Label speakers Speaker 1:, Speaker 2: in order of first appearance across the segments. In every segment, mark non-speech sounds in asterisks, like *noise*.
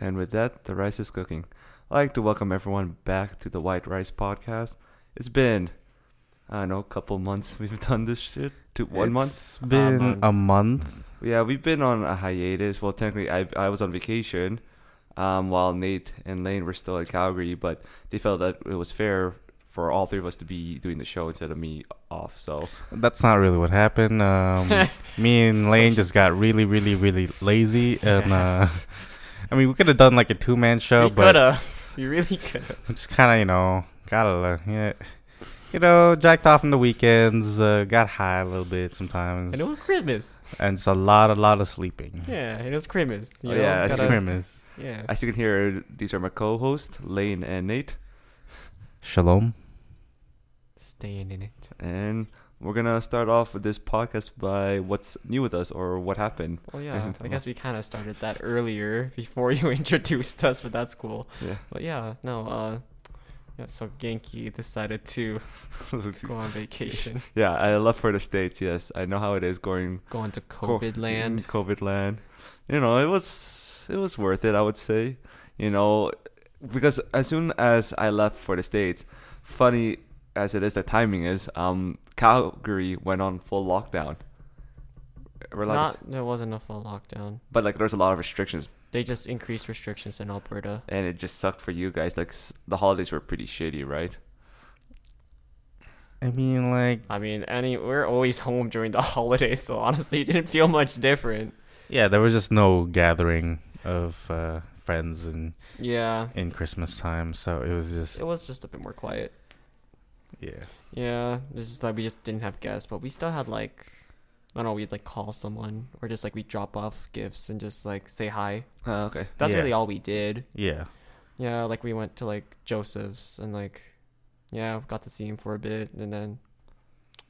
Speaker 1: And with that, the rice is cooking. I'd like to welcome everyone back to the White Rice Podcast. It's been, I don't know, a couple months *laughs* we've done this shit. To one month?
Speaker 2: It's
Speaker 3: Um,
Speaker 2: been
Speaker 3: *laughs*
Speaker 2: a month.
Speaker 1: Yeah, we've been on a hiatus. Well, technically, I, I was on vacation um, while Nate and Lane were still in Calgary, but they felt that it was fair for all three of us to be doing the show instead of me off. So,
Speaker 2: That's not really what
Speaker 3: *laughs*
Speaker 2: happened. Um, me and Lane just got really, really, really lazy, and uh, *laughs* I mean, we could have done like a two-man show,
Speaker 3: you
Speaker 2: but
Speaker 3: coulda. You really coulda.
Speaker 2: just kind of, you know, got a little, yeah, you know, jacked off on the weekends, uh, got high a little bit sometimes,
Speaker 3: And it was Christmas.
Speaker 2: and it's a lot, a lot of sleeping.
Speaker 3: Yeah, and it was Christmas. You
Speaker 1: Oh,
Speaker 3: know,
Speaker 1: yeah,
Speaker 2: That's
Speaker 1: gotta-
Speaker 2: premise.
Speaker 3: Yeah.
Speaker 1: as you can hear, these are my co hosts, Lane and Nate.
Speaker 2: Shalom.
Speaker 3: Staying in it.
Speaker 1: And we're going to start off with this podcast by what's new with us or what happened.
Speaker 3: Well, yeah. I
Speaker 1: Come
Speaker 3: guess we kind of started that earlier *laughs* before you introduced us, but that's cool.
Speaker 1: Yeah.
Speaker 3: But yeah, no. Uh, yeah. So Genki decided to go on vacation,
Speaker 1: Yeah, I love for the states. Yes, I know how it is going
Speaker 3: go into
Speaker 1: co-
Speaker 3: COVID
Speaker 1: *laughs*
Speaker 3: land.
Speaker 1: COVID land. You know, it was it was worth it. I would say, you know, because as soon as I left for the states, funny as it is, the timing is um Calgary went on full lockdown. Relax,
Speaker 3: Not there wasn't a full lockdown.
Speaker 1: but like there's a lot of restrictions,
Speaker 3: They just increased restrictions in Alberta.
Speaker 1: and it just sucked for you guys. Like s- the holidays were pretty shitty, right?
Speaker 2: I mean, like,
Speaker 3: I mean, any we're always *laughs* home during the holidays, so honestly, it didn't feel much different.
Speaker 2: yeah, there was just no gathering of uh, friends and
Speaker 3: Yeah,
Speaker 2: in Christmas time, so it was just
Speaker 3: it was just a bit more quiet.
Speaker 2: yeah.
Speaker 3: Yeah, it's just like we just didn't have guests, but we still had like, I don't know, we'd like call someone or just like we drop off gifts and just like say hi.
Speaker 1: Uh, okay.
Speaker 3: That's
Speaker 2: Yeah.
Speaker 3: really all we did.
Speaker 2: Yeah.
Speaker 3: Yeah, like we went to like Joseph's and like, yeah, got to see him for a bit and then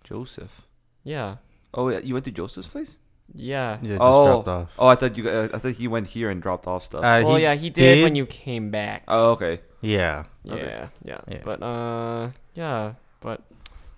Speaker 1: Joseph.
Speaker 3: yeah,
Speaker 1: Oh, yeah, you went to Joseph's place?
Speaker 3: yeah.
Speaker 2: Yeah, just
Speaker 1: Oh.
Speaker 2: dropped off.
Speaker 1: Oh, I thought you. gu- Uh, I thought he went here and dropped off stuff.
Speaker 2: Uh,
Speaker 3: well,
Speaker 2: he
Speaker 3: yeah, he did,
Speaker 2: did-
Speaker 3: when you came back.
Speaker 1: oh, okay.
Speaker 2: Yeah.
Speaker 3: yeah,
Speaker 1: okay.
Speaker 3: yeah,
Speaker 2: Yeah.
Speaker 3: But uh, yeah, but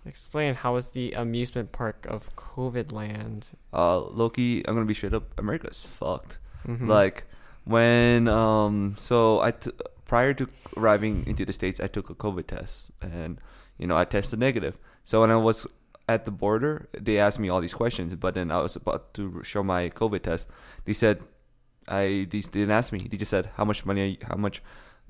Speaker 3: explain how is the amusement park of COVID land?
Speaker 1: uh, Loki, I'm gonna be straight up. America's fucked.
Speaker 3: Mhm.
Speaker 1: Like when um, so I t- prior to arriving into the states, I took a COVID test, and you know I tested negative. So when I was at the border, they asked me all these questions, but then I was about to show my COVID test. They said, I these they didn't ask me. They just said, how much money, are you, how much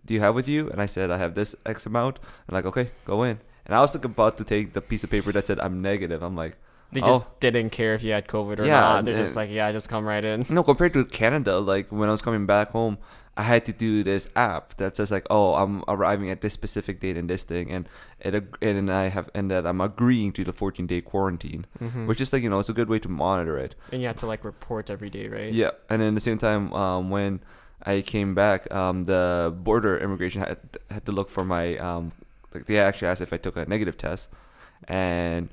Speaker 1: do you have with you? And I said, I have this X amount. And like, okay, go in. And I was like about to take the piece of paper that said I'm negative. I'm like.
Speaker 3: they just
Speaker 1: oh.
Speaker 3: didn't care if you had COVID or
Speaker 1: Yeah,
Speaker 3: not. They're just
Speaker 1: and-
Speaker 3: like, yeah, just come right in.
Speaker 1: No, compared to Canada, like when I was coming back home, I had to do this app that says like, "Oh, I'm arriving at this specific date and this thing," and it ag- and I have and that I'm agreeing to the 14 day quarantine,
Speaker 3: Mhm.
Speaker 1: which is like you know it's a good way to monitor it.
Speaker 3: And you had to like report every day, right?
Speaker 1: Yeah, and then at the same time, um, when I came back, um, the border immigration had, had to look for my um, like they actually asked if I took a negative test, and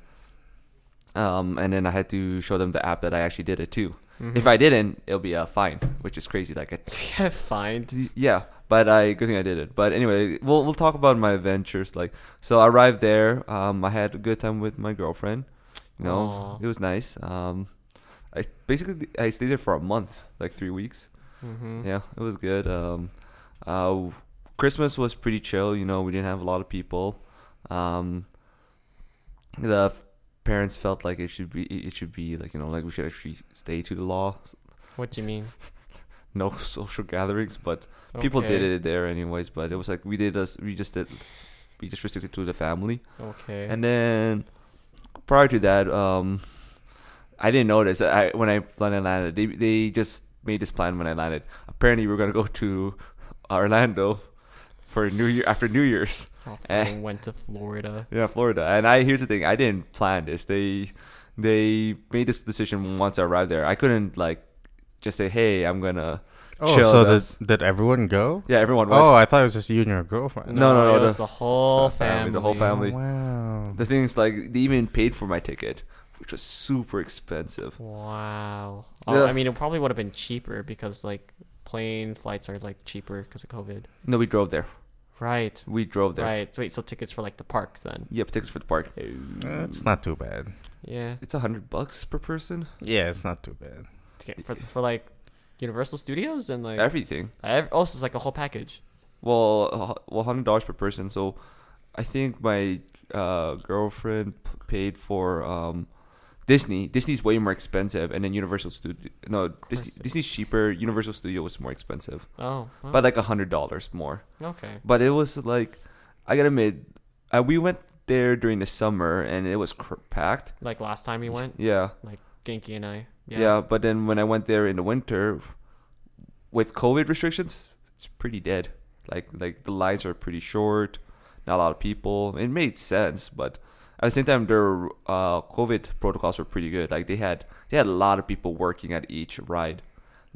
Speaker 1: um, and then I had to show them the app that I actually did it too.
Speaker 3: Mm-hmm.
Speaker 1: If I didn't, it'll be a fine, which is crazy. Like a
Speaker 3: *laughs* Yeah, fine.
Speaker 1: yeah, but I good thing I did it. But anyway, we'll we'll talk about my adventures. Like, so I arrived there. Um, I had a good time with my girlfriend. You know,
Speaker 3: Aw.
Speaker 1: it was nice. Um, I basically I stayed there for a month, like three weeks.
Speaker 3: Mm-hmm.
Speaker 1: Yeah, it was good. Um, uh, Christmas was pretty chill. You know, we didn't have a lot of people. Um, the f- parents felt like it should be it should be like you know like we should actually stay to the law.
Speaker 3: What do you mean?
Speaker 1: No *laughs* social gatherings, but People did it there anyways, but it was like we did us we just did we just restricted to the family.
Speaker 3: Okay.
Speaker 1: And then prior to that, um I didn't notice I when I when I landed. They they just made this plan when I landed. Apparently we were gonna go to Orlando for New Year after New Year's.
Speaker 3: Oh,
Speaker 1: eh.
Speaker 3: fucking went to Florida.
Speaker 1: Yeah, Florida. And I here's the thing, I didn't plan this. They they made this decision once I arrived there. I couldn't like just say, Hey, I'm gonna
Speaker 2: Oh,
Speaker 1: chill
Speaker 2: so
Speaker 1: that's-
Speaker 2: did, did everyone go?
Speaker 1: Yeah, everyone went.
Speaker 2: Oh, I thought it was just you and your girlfriend.
Speaker 1: No, no, no,
Speaker 3: It
Speaker 1: the-
Speaker 3: was the, whole
Speaker 1: the
Speaker 3: family.
Speaker 1: family, the whole family.
Speaker 2: Oh, Wow.
Speaker 1: The thing is, like, they even paid for my ticket, which was super expensive.
Speaker 3: Wow. Oh,
Speaker 1: Yeah.
Speaker 3: I mean, it probably would have been cheaper because like plane flights are like cheaper because of COVID.
Speaker 1: No, we drove there.
Speaker 3: Right.
Speaker 1: We drove there.
Speaker 3: Right. So wait, so tickets for like the parks then?
Speaker 1: Yep, tickets for the park.
Speaker 2: It's not too bad.
Speaker 3: Yeah.
Speaker 1: It's a hundred bucks per person.
Speaker 2: Yeah, it's not too bad.
Speaker 3: Ticket For for like Universal Studios and like
Speaker 1: everything.
Speaker 3: ev- also it's like the whole package.
Speaker 1: Well, uh, hu- well, hundred dollars per person. So, I think my uh, girlfriend p- paid for um, Disney. Disney's way more expensive, and then Universal Studio. No,
Speaker 3: course
Speaker 1: Disney,
Speaker 3: it
Speaker 1: Disney's cheaper. Universal Studio was more expensive,
Speaker 3: Oh, wow.
Speaker 1: by like hundred dollars more.
Speaker 3: okay.
Speaker 1: But it was like, I gotta admit, uh, we went there during the summer, and it was cr- packed.
Speaker 3: Like last time we went,
Speaker 1: Yeah.
Speaker 3: Genki and I.
Speaker 1: yeah, But then when I went there in the winter, with COVID restrictions, it's pretty dead. Like like the lines are pretty short, not a lot of people. It made sense, but at the same time, their uh, COVID protocols were pretty good. Like they had they had a lot of people working at each ride.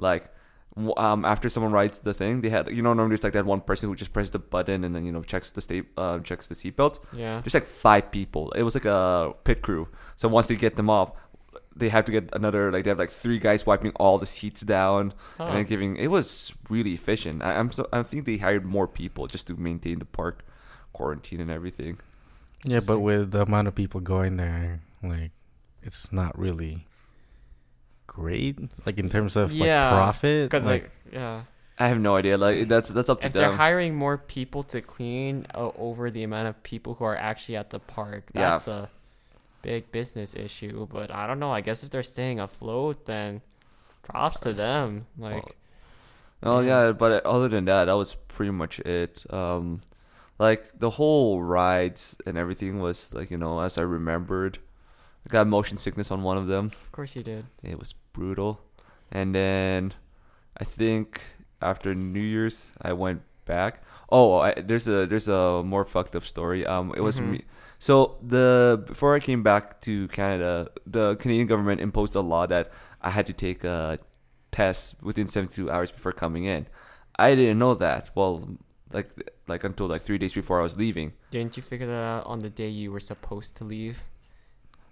Speaker 1: Like w- um, after someone rides the thing, they had you know normally it's like that one person who just presses the button and then you know checks the state uh, checks the seatbelt.
Speaker 3: Yeah.
Speaker 1: There's like five people. It was like a pit crew. So once they get them off, they have to get another. Like they have like three guys wiping all the seats down and
Speaker 3: Huh.
Speaker 1: then giving. It was really efficient. I, I'm so I think they hired more people just to maintain the park quarantine and everything.
Speaker 2: Yeah, but with the amount of people going there, like it's not really great. Like in terms of
Speaker 3: Yeah,
Speaker 2: like profit,
Speaker 3: Because like, yeah,
Speaker 1: I have no idea. Like that's that's up to
Speaker 3: if they're
Speaker 1: them.
Speaker 3: hiring more people to clean uh, over the amount of people who are actually at the park,
Speaker 1: Yeah.
Speaker 3: that's a big business issue. But I don't know. I guess if they're staying afloat, then props to them. Like,
Speaker 1: Oh yeah,
Speaker 3: *laughs*
Speaker 1: but other than that, that was pretty much it. Um, like the whole rides and everything was like you know as I remembered. I got motion sickness on one of them.
Speaker 3: of course you did.
Speaker 1: It was brutal. And then I think after New Year's, I went back. Oh, I, there's a there's a more fucked up story. Um, it was
Speaker 3: Mhm.
Speaker 1: me. So the before I came back to Canada, the Canadian government imposed a law that I had to take a test within 72 hours before coming in. I didn't know that. Well, like like until like three days before I was leaving.
Speaker 3: Didn't you figure that out on the day you were supposed to leave?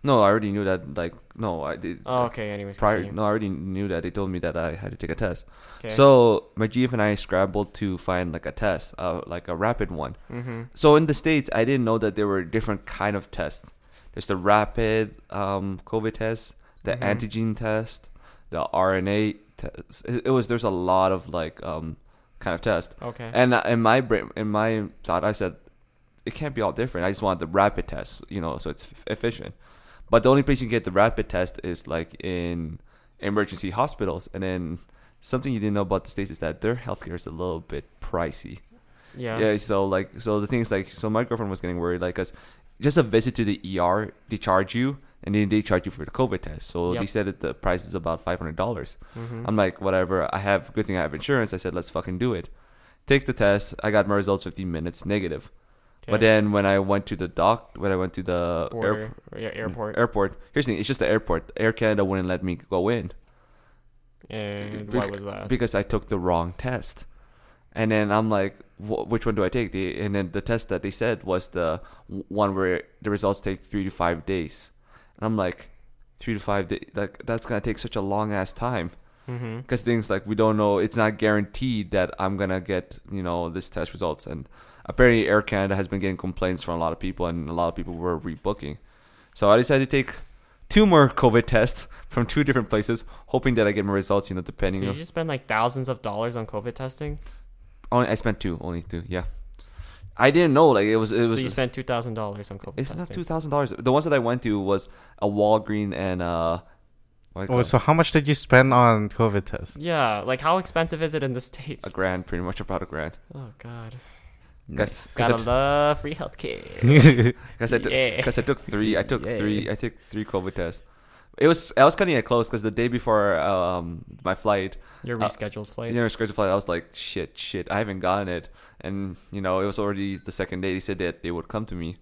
Speaker 1: No, I already knew that. Like no, I did.
Speaker 3: Oh, okay. Anyways,
Speaker 1: prior,
Speaker 3: continue.
Speaker 1: no, I already knew that. They told me that I had to take a test.
Speaker 3: okay.
Speaker 1: So my GF and I scrambled to find like a test, uh, like a rapid one.
Speaker 3: hmm
Speaker 1: So in the states, I didn't know that there were different kind of tests. There's the rapid um, COVID test, the
Speaker 3: Mhm.
Speaker 1: antigen test, the RNA test. It, it was there's a lot of like um, kind of test.
Speaker 3: okay.
Speaker 1: And uh, in my brain, in my thought, I said it can't be all different. I just want the rapid test, you know, so it's f- efficient. But the only place you can get the rapid test is like in emergency hospitals. And then something you didn't know about the states is that their healthcare is a little bit pricey.
Speaker 3: yeah.
Speaker 1: Yeah. So like, so the thing is like, so my girlfriend was getting worried, like, cause just a visit to the ER, they charge you, and then they charge you for the COVID test. So
Speaker 3: Yep.
Speaker 1: they said that the price is about five hundred dollars.
Speaker 3: hmm
Speaker 1: I'm like, whatever. I have good thing I have insurance. I said, let's fucking do it. Take the test. I got my results 15 minutes negative. But then uh, when I went to the doc, when I went to the
Speaker 3: Border, yeah,
Speaker 1: mm,
Speaker 3: airport.
Speaker 1: airport, here's the thing. It's just the airport. Air Canada wouldn't let me go in
Speaker 3: and
Speaker 1: bec-
Speaker 3: why was that?
Speaker 1: because I took the wrong test. And then I'm like, wh- which one do I take? They, and then the test that they said was the w- one where the results take three to five days. And I'm like, three to five days? Like, that's going to take such a long ass time.
Speaker 3: mm-hmm.
Speaker 1: because things like we don't know it's not guaranteed that i'm gonna get you know this test results and apparently air canada has been getting complaints from a lot of people and a lot of people were rebooking so i decided to take two more covid tests *laughs* from two different places hoping that i get my results you know depending
Speaker 3: So you
Speaker 1: on
Speaker 3: just spend like thousands of dollars on COVID testing.
Speaker 1: only i spent two only two yeah i didn't know like it was it was
Speaker 3: so you spent two thousand dollars on COVID
Speaker 1: it's not
Speaker 3: testing.
Speaker 1: two thousand dollars the ones that i went to was a walgreen and uh what do you
Speaker 2: oh,
Speaker 1: call
Speaker 2: so how much did you spend on COVID tests?
Speaker 3: yeah, like how expensive is it in the
Speaker 1: it?
Speaker 3: states?
Speaker 1: a grand pretty much about a grand
Speaker 3: Oh God,
Speaker 2: *laughs*
Speaker 1: because
Speaker 3: gotta love free healthcare.
Speaker 2: yeah,
Speaker 1: Because *laughs* I, took- *laughs*
Speaker 3: Yeah.
Speaker 1: 'cause I took three. I took
Speaker 2: *laughs* Yeah.
Speaker 1: three. I took three COVID tests. It was I was cutting it close because the day before um my flight,
Speaker 3: Your
Speaker 1: Uh,
Speaker 3: rescheduled
Speaker 1: you
Speaker 3: flight.
Speaker 1: know, scheduled flight, I was like, shit, shit, I haven't gotten it, and you know, it was already the second day. They said that they would come to me.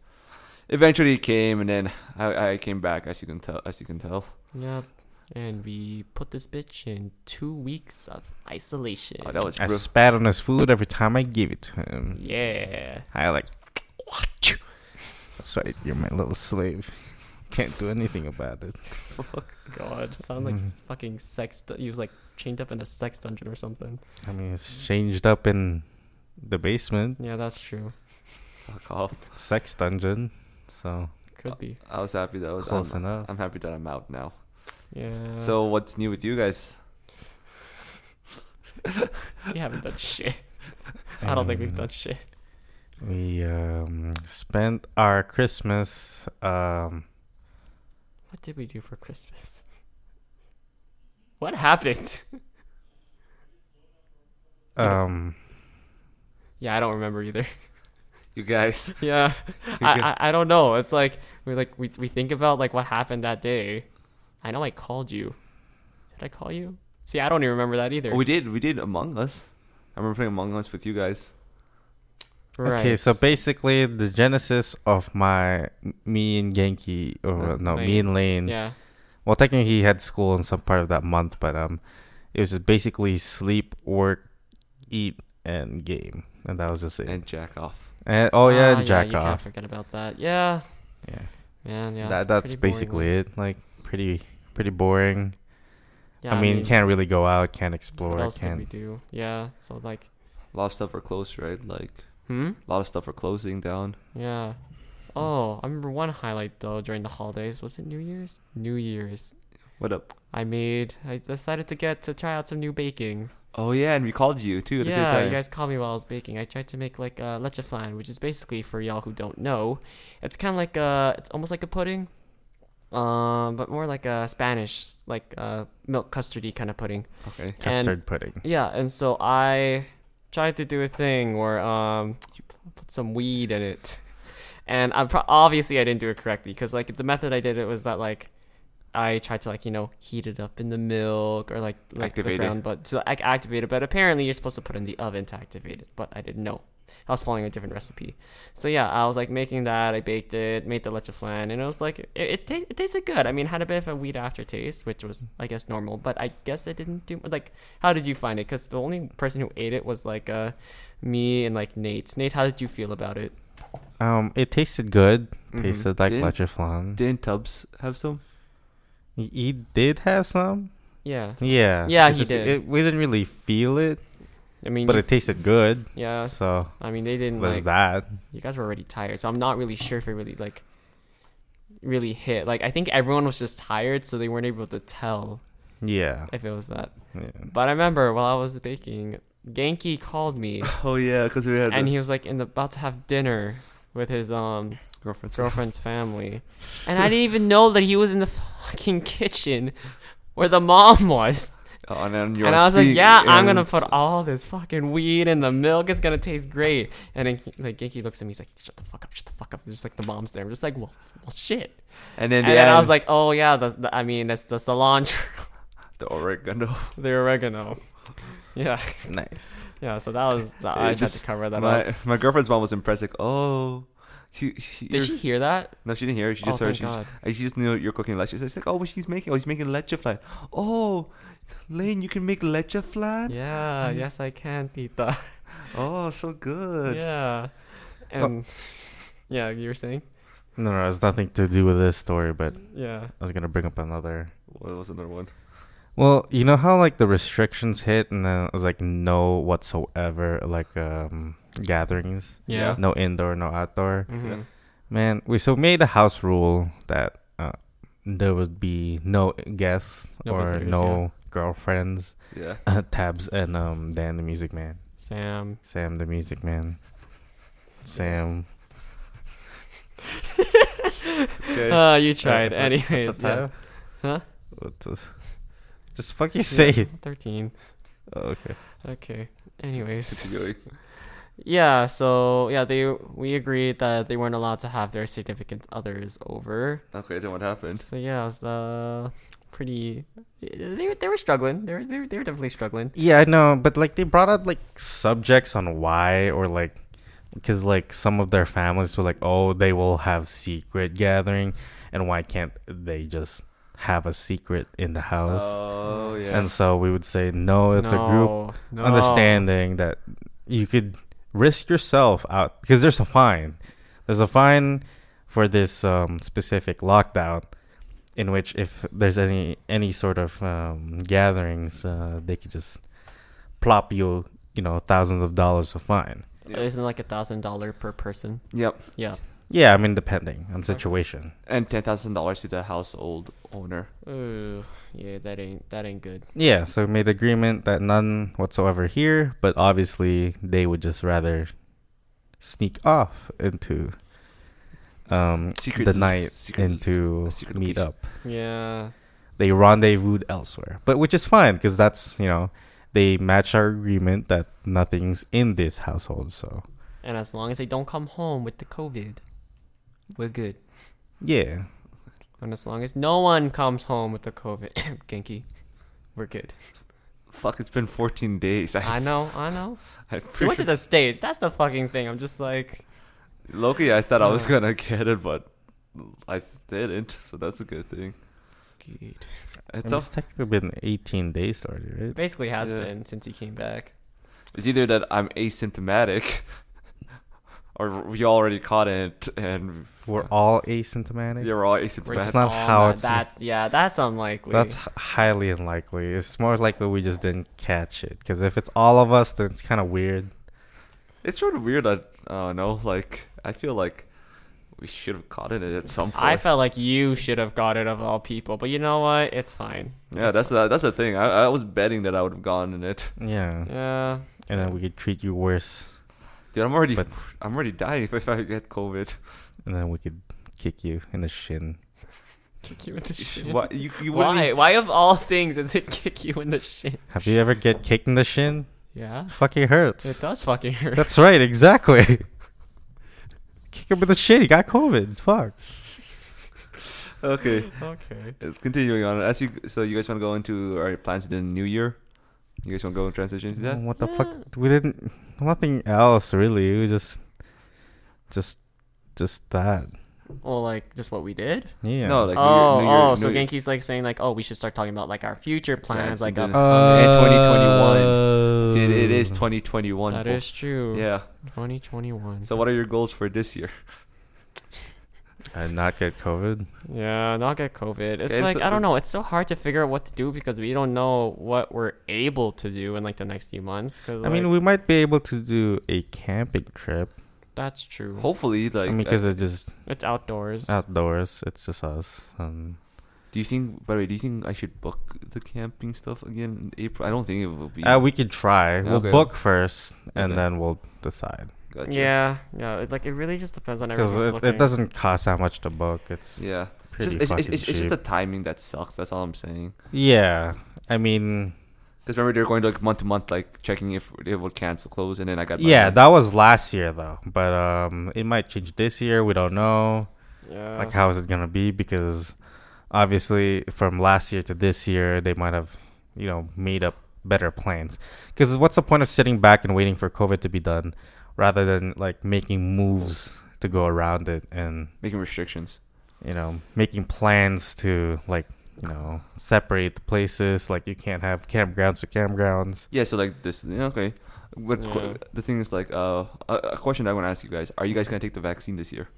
Speaker 1: Eventually, it came, and then I, I came back, as you can tell. As you can tell,
Speaker 3: Yep. And we put this bitch in two weeks of isolation.
Speaker 1: oh, that was
Speaker 2: I
Speaker 1: brutal.
Speaker 2: spat on his food every time I gave it to him.
Speaker 3: *laughs* yeah.
Speaker 2: I like. That's right. You're my little slave. Can't do anything about it.
Speaker 3: God,
Speaker 1: *laughs*
Speaker 3: sound like
Speaker 2: Mhm.
Speaker 3: fucking sex. Du- he was like chained up in a sex dungeon or something.
Speaker 2: I mean, it's changed up in the basement,
Speaker 3: Yeah, that's true.
Speaker 1: Fuck off.
Speaker 2: sex dungeon.
Speaker 1: Uh,
Speaker 2: So
Speaker 3: Could be.
Speaker 1: I was happy that I was.
Speaker 2: close Uh-huh.
Speaker 1: I'm,
Speaker 2: enough.
Speaker 1: I'm happy that I'm out now.
Speaker 3: Yeah.
Speaker 1: So what's new with you guys?
Speaker 3: *laughs* We haven't done shit. I don't think we've done shit.
Speaker 2: We um, spent our Christmas. Um,
Speaker 3: What did we do for Christmas? What happened? *laughs* Yeah.
Speaker 2: um,
Speaker 3: Yeah, I don't remember
Speaker 2: *laughs*
Speaker 3: either.
Speaker 1: You guys.
Speaker 3: Yeah,
Speaker 1: Okay.
Speaker 3: I, I I don't know. It's like we like we we think about like what happened that day. I know I called you. Did I call you? See, I don't even remember that
Speaker 2: Oh,
Speaker 3: either.
Speaker 1: Oh, We did. We did Among Us. I remember playing Among Us with you guys.
Speaker 2: Okay, so basically, the genesis of my me and Yankee,
Speaker 1: Uh,
Speaker 2: or no, me and Lane.
Speaker 3: yeah,
Speaker 2: Well, technically, he had school in some part of that month, but um, it was just basically sleep, work, eat, and game, and that was just it. And,
Speaker 1: And Jack off.
Speaker 2: oh yeah,
Speaker 3: Ah,
Speaker 2: and jack
Speaker 3: you Can't
Speaker 2: off.
Speaker 3: forget about that. Yeah,
Speaker 2: Yeah,
Speaker 3: man. Yeah, a
Speaker 2: that that's
Speaker 3: pretty boring
Speaker 2: basically
Speaker 3: one.
Speaker 2: it. Like pretty pretty boring.
Speaker 3: Yeah,
Speaker 2: I, mean, can't really go out, can't
Speaker 3: What
Speaker 2: explore,
Speaker 3: else did we
Speaker 2: can't.
Speaker 3: do? Yeah, so like,
Speaker 1: A lot of stuff were closed, right? Like
Speaker 3: hmm.
Speaker 1: a lot of stuff were closing down.
Speaker 3: Yeah. Oh, I remember one highlight though during the holidays. Was it New Year's? New Year's.
Speaker 1: What up?
Speaker 3: I made. I decided to get to try out some new baking.
Speaker 1: Oh yeah, and we called you too. at the same
Speaker 3: yeah, you
Speaker 1: time.
Speaker 3: guys called me while I was baking. I tried to make like a leche flan, which is basically for y'all who don't know, it's kind of like a. It's almost like a pudding, um, but more like a Spanish, like uh, milk custardy kind of pudding.
Speaker 1: Okay.
Speaker 3: and-
Speaker 2: Custard pudding.
Speaker 3: Yeah, and so I tried to do a thing where um, you put some weed in it, and I pro- obviously I didn't do it correctly because like the method I did it was that like I tried to like you know heat it up in the milk or like like
Speaker 1: Activate it.
Speaker 3: the ground, but to like activate it. But apparently you're supposed to put it in the oven to activate it, but I didn't know. I was following a different recipe, so yeah, I was like making that. I baked it, made the leche flan, and it was like it it, ta- it tasted good. I mean, it had a bit of a weed aftertaste, which was I guess normal, but I guess I didn't do like how did you find it? Because the only person who ate it was like uh, me and like Nate. Nate, how did you feel about it?
Speaker 2: Um, it tasted good.
Speaker 3: Mhm.
Speaker 2: Tasted like
Speaker 1: Did-
Speaker 2: leche flan.
Speaker 1: Didn't Tubbs have some? *laughs*
Speaker 2: He- he did have some.
Speaker 3: Yeah,
Speaker 2: Yeah.
Speaker 3: Yeah, he
Speaker 2: just-
Speaker 3: did.
Speaker 2: It, we didn't really feel it,
Speaker 3: I mean,
Speaker 2: but it tasted good.
Speaker 3: yeah,
Speaker 2: So
Speaker 3: I mean they didn't
Speaker 2: was
Speaker 3: like
Speaker 2: that?
Speaker 3: you guys were already tired, so I'm not really sure if it really like really hit. Like I think everyone was just tired, so they weren't able to tell
Speaker 2: Yeah.
Speaker 3: if it was that.
Speaker 2: yeah.
Speaker 3: But I remember while I was baking, Genki called
Speaker 2: *laughs*
Speaker 3: me
Speaker 1: Oh yeah, because we had
Speaker 3: and
Speaker 1: the
Speaker 3: he was like in the, about to have dinner with his um
Speaker 1: girlfriend's
Speaker 3: girlfriend's family, and I didn't even know that he was in the fucking kitchen where the mom was.
Speaker 1: Oh, and then you're
Speaker 3: and
Speaker 1: on
Speaker 3: I was like,
Speaker 1: speed,
Speaker 3: "Yeah, I'm gonna
Speaker 1: and-
Speaker 3: put all this fucking weed in the milk. It's gonna taste great." And then like Genki looks at me, he's like, "Shut the fuck up, shut the fuck up." There's like the mom's there. I'm just like, "Well, well, shit."
Speaker 1: And then,
Speaker 3: And
Speaker 1: the
Speaker 3: then I
Speaker 1: end,
Speaker 3: was like, "Oh yeah, the, the I mean, that's the cilantro,
Speaker 1: the oregano.
Speaker 3: *laughs* the oregano." Yeah,
Speaker 2: *laughs* Nice.
Speaker 3: yeah. So that was that,
Speaker 1: It
Speaker 3: I tried
Speaker 1: just-
Speaker 3: to cover that up.
Speaker 1: My my girlfriend's mom was impressed. Like, oh, he, he-
Speaker 3: Did
Speaker 1: you're-
Speaker 3: she hear that?
Speaker 1: No, she didn't hear. it. She
Speaker 3: Oh,
Speaker 1: just heard.
Speaker 3: thank
Speaker 1: She *laughs* just,
Speaker 3: God.
Speaker 1: and she just knew you're cooking leche. She's like, oh, what she's making? Oh, he's making leche flan. Oh, Lane, you can make leche flan.
Speaker 3: Yeah. Yes, I can, Tita.
Speaker 1: Oh, so *laughs* good. Oh.
Speaker 3: Yeah. And yeah, you were saying?
Speaker 2: No, no, it has nothing to do with this story, but
Speaker 3: Yeah.
Speaker 2: I was gonna bring up another.
Speaker 1: What was another one?
Speaker 2: Well, you know how like the restrictions hit, and then it was like no whatsoever, like um gatherings,
Speaker 1: Yeah.
Speaker 2: no indoor, no outdoor.
Speaker 3: Mm-hmm.
Speaker 2: Man, we so made a house rule that uh, there would be no guests
Speaker 3: No
Speaker 2: or
Speaker 3: visitors,
Speaker 2: no girlfriends. Uh,
Speaker 1: Yeah.
Speaker 2: Tabs and um Dan the Music Man,
Speaker 3: Sam.
Speaker 2: Sam the Music Man, Sam.
Speaker 1: Okay.
Speaker 3: Uh, you tried.
Speaker 2: Uh, what-
Speaker 3: Anyways, yeah.
Speaker 2: what's the title?
Speaker 3: Huh?
Speaker 2: What's this? Just *laughs* fucking say it.
Speaker 3: 13.
Speaker 2: Oh, okay.
Speaker 3: Okay. Anyways.
Speaker 1: Continuing.
Speaker 3: Yeah, so yeah, they we agreed that they weren't allowed to have their significant others over.
Speaker 1: okay, then what happened?
Speaker 3: So yeah, it was uh pretty they they were struggling. They were they were, they were definitely struggling.
Speaker 2: Yeah, I know, but like they brought up like subjects on why or like because like some of their families were like, oh, they will have secret gathering, and why can't they just have a secret in the house?
Speaker 1: Oh yeah.
Speaker 2: And so we would say, no, Oh, it's a group
Speaker 3: no.
Speaker 2: understanding that you could risk yourself out because there's a fine. There's a fine for this um, specific lockdown, in which if there's any any sort of um, gatherings, uh, they could just plop you you know thousands of dollars of fine.
Speaker 1: Yeah.
Speaker 3: Isn't it like a thousand dollar per person.
Speaker 1: yep.
Speaker 3: Yeah.
Speaker 2: Yeah, I mean, depending on situation.
Speaker 1: and ten thousand dollars to the household owner.
Speaker 3: Ooh, yeah, that ain't that ain't good.
Speaker 2: Yeah, so we made agreement that none whatsoever here, but obviously they would just rather sneak off into um
Speaker 1: Secret
Speaker 2: the
Speaker 1: loc-
Speaker 2: night
Speaker 1: secret
Speaker 2: into
Speaker 1: loc- secret
Speaker 2: meet
Speaker 1: location.
Speaker 2: up.
Speaker 3: Yeah.
Speaker 2: They rendezvoused elsewhere, but which is fine because that's you know they match our agreement that nothing's in this household. So
Speaker 3: And as long as they don't come home with the COVID, we're good.
Speaker 2: yeah,
Speaker 3: And as long as no one comes home with the COVID, *coughs* Genki, we're good.
Speaker 1: Fuck, it's been fourteen days. I, *laughs*
Speaker 3: I know, I
Speaker 2: *laughs*
Speaker 3: know.
Speaker 1: I
Speaker 3: We went to the States. That's the fucking thing. I'm just like,
Speaker 1: *laughs* Loki, I thought I was
Speaker 3: Yeah.
Speaker 1: gonna get it, but I didn't. So that's a good thing.
Speaker 3: good.
Speaker 1: It's
Speaker 2: it's,
Speaker 1: tough.
Speaker 2: technically been eighteen days already,
Speaker 3: It
Speaker 2: right?
Speaker 3: basically has
Speaker 1: Yeah.
Speaker 3: been since he came back.
Speaker 1: It's either that I'm asymptomatic, *laughs* or we already caught it, and
Speaker 2: We're all
Speaker 1: *laughs*
Speaker 2: asymptomatic.
Speaker 1: you're all
Speaker 3: We're
Speaker 1: asymptomatic.
Speaker 3: just
Speaker 2: not
Speaker 3: all
Speaker 2: how
Speaker 3: not-
Speaker 2: it's-
Speaker 3: That's, yeah, that's unlikely.
Speaker 2: That's h- highly unlikely. It's more likely we just didn't catch it. Because if it's all of us, then it's kind of weird.
Speaker 1: It's sort of weird. I, I don't know. Like I feel like we should have caught it at some point.
Speaker 3: I felt like you should have got it of all people, but you know what? It's fine.
Speaker 1: yeah, that's the, that's the thing. I, I was betting that I would have gone in it,
Speaker 2: Yeah.
Speaker 3: Yeah.
Speaker 2: And then we could treat you worse.
Speaker 1: dude. I'm already
Speaker 2: But-
Speaker 1: I'm already dying if, if I get COVID.
Speaker 2: And then we could kick you in the shin.
Speaker 3: Kick you in the shin.
Speaker 1: Why you, you wouldn't
Speaker 3: Why?
Speaker 1: even-
Speaker 3: Why of all things does it *laughs* kick you in the shin?
Speaker 2: Have you ever get kicked in the shin?
Speaker 3: Yeah.
Speaker 2: Fucking hurts. *laughs*
Speaker 3: It does fucking hurt.
Speaker 2: That's right. Exactly. *laughs* Kick him in the shin. He got COVID. Fuck.
Speaker 1: Okay,
Speaker 3: okay.
Speaker 1: Uh, continuing on. As you so you guys want to go into our plans in the new year. You guys want to go and transition to that?
Speaker 2: What the
Speaker 3: Yeah.
Speaker 2: fuck? We didn't. Nothing else really. We just, just, just that.
Speaker 3: Well, like just what we did.
Speaker 2: Yeah.
Speaker 1: No, like
Speaker 3: oh,
Speaker 1: new year, new year,
Speaker 3: oh. so
Speaker 1: new year.
Speaker 3: Genki's like saying like, oh, we should start talking about like our future plans,
Speaker 1: Plans
Speaker 3: like
Speaker 1: and the-
Speaker 3: up.
Speaker 2: Uh,
Speaker 1: and 2021. See, it, it is 2021.
Speaker 3: That
Speaker 1: fo-
Speaker 3: is true.
Speaker 1: Yeah.
Speaker 3: 2021.
Speaker 1: So what are your goals for this year?
Speaker 2: And not get COVID.
Speaker 3: yeah, not get COVID. It's
Speaker 1: It's-
Speaker 3: like I don't know. It's so hard to figure out what to do because we don't know what we're able to do in like the next few months. Cause,
Speaker 2: I mean,
Speaker 3: like,
Speaker 2: we might be able to do a camping trip.
Speaker 3: that's true.
Speaker 1: Hopefully, like,
Speaker 2: I mean,
Speaker 1: uh,
Speaker 2: because it's just
Speaker 3: it's outdoors.
Speaker 2: outdoors. It's just us. Um,
Speaker 1: do you think? By the way, do you think I should book the camping stuff again in April? I don't think it will be.
Speaker 2: uh, we could try. We'll
Speaker 1: Okay.
Speaker 2: book first, and
Speaker 1: Okay.
Speaker 2: then we'll decide.
Speaker 1: Gotcha.
Speaker 3: yeah, yeah. It, like it really just depends on
Speaker 2: Because
Speaker 3: everyone's
Speaker 2: it,
Speaker 3: looking.
Speaker 2: it doesn't cost that much to book. It's
Speaker 1: Yeah. It's just,
Speaker 2: pretty
Speaker 1: it's,
Speaker 2: fucking
Speaker 1: it's, it's, it's just
Speaker 2: cheap.
Speaker 1: the timing that sucks. That's all I'm saying.
Speaker 2: yeah. I mean,
Speaker 1: Because remember they're going to like month to month, like checking if they will cancel close, and then I got my-
Speaker 2: yeah, that was last year though, but um, it might change this year. We don't know.
Speaker 3: Yeah.
Speaker 2: like how is it gonna be because obviously from last year to this year they might have you know made up better plans because what's the point of sitting back and waiting for covid to be done rather than like making moves to go around it and
Speaker 1: making restrictions.
Speaker 2: you know making plans to like you know separate the places like you can't have campgrounds to campgrounds
Speaker 1: Yeah, so like this. yeah, Okay, but qu-
Speaker 3: Yeah.
Speaker 1: the thing is, like, uh, a, a question I want to ask you guys: Are you guys gonna take the vaccine this year?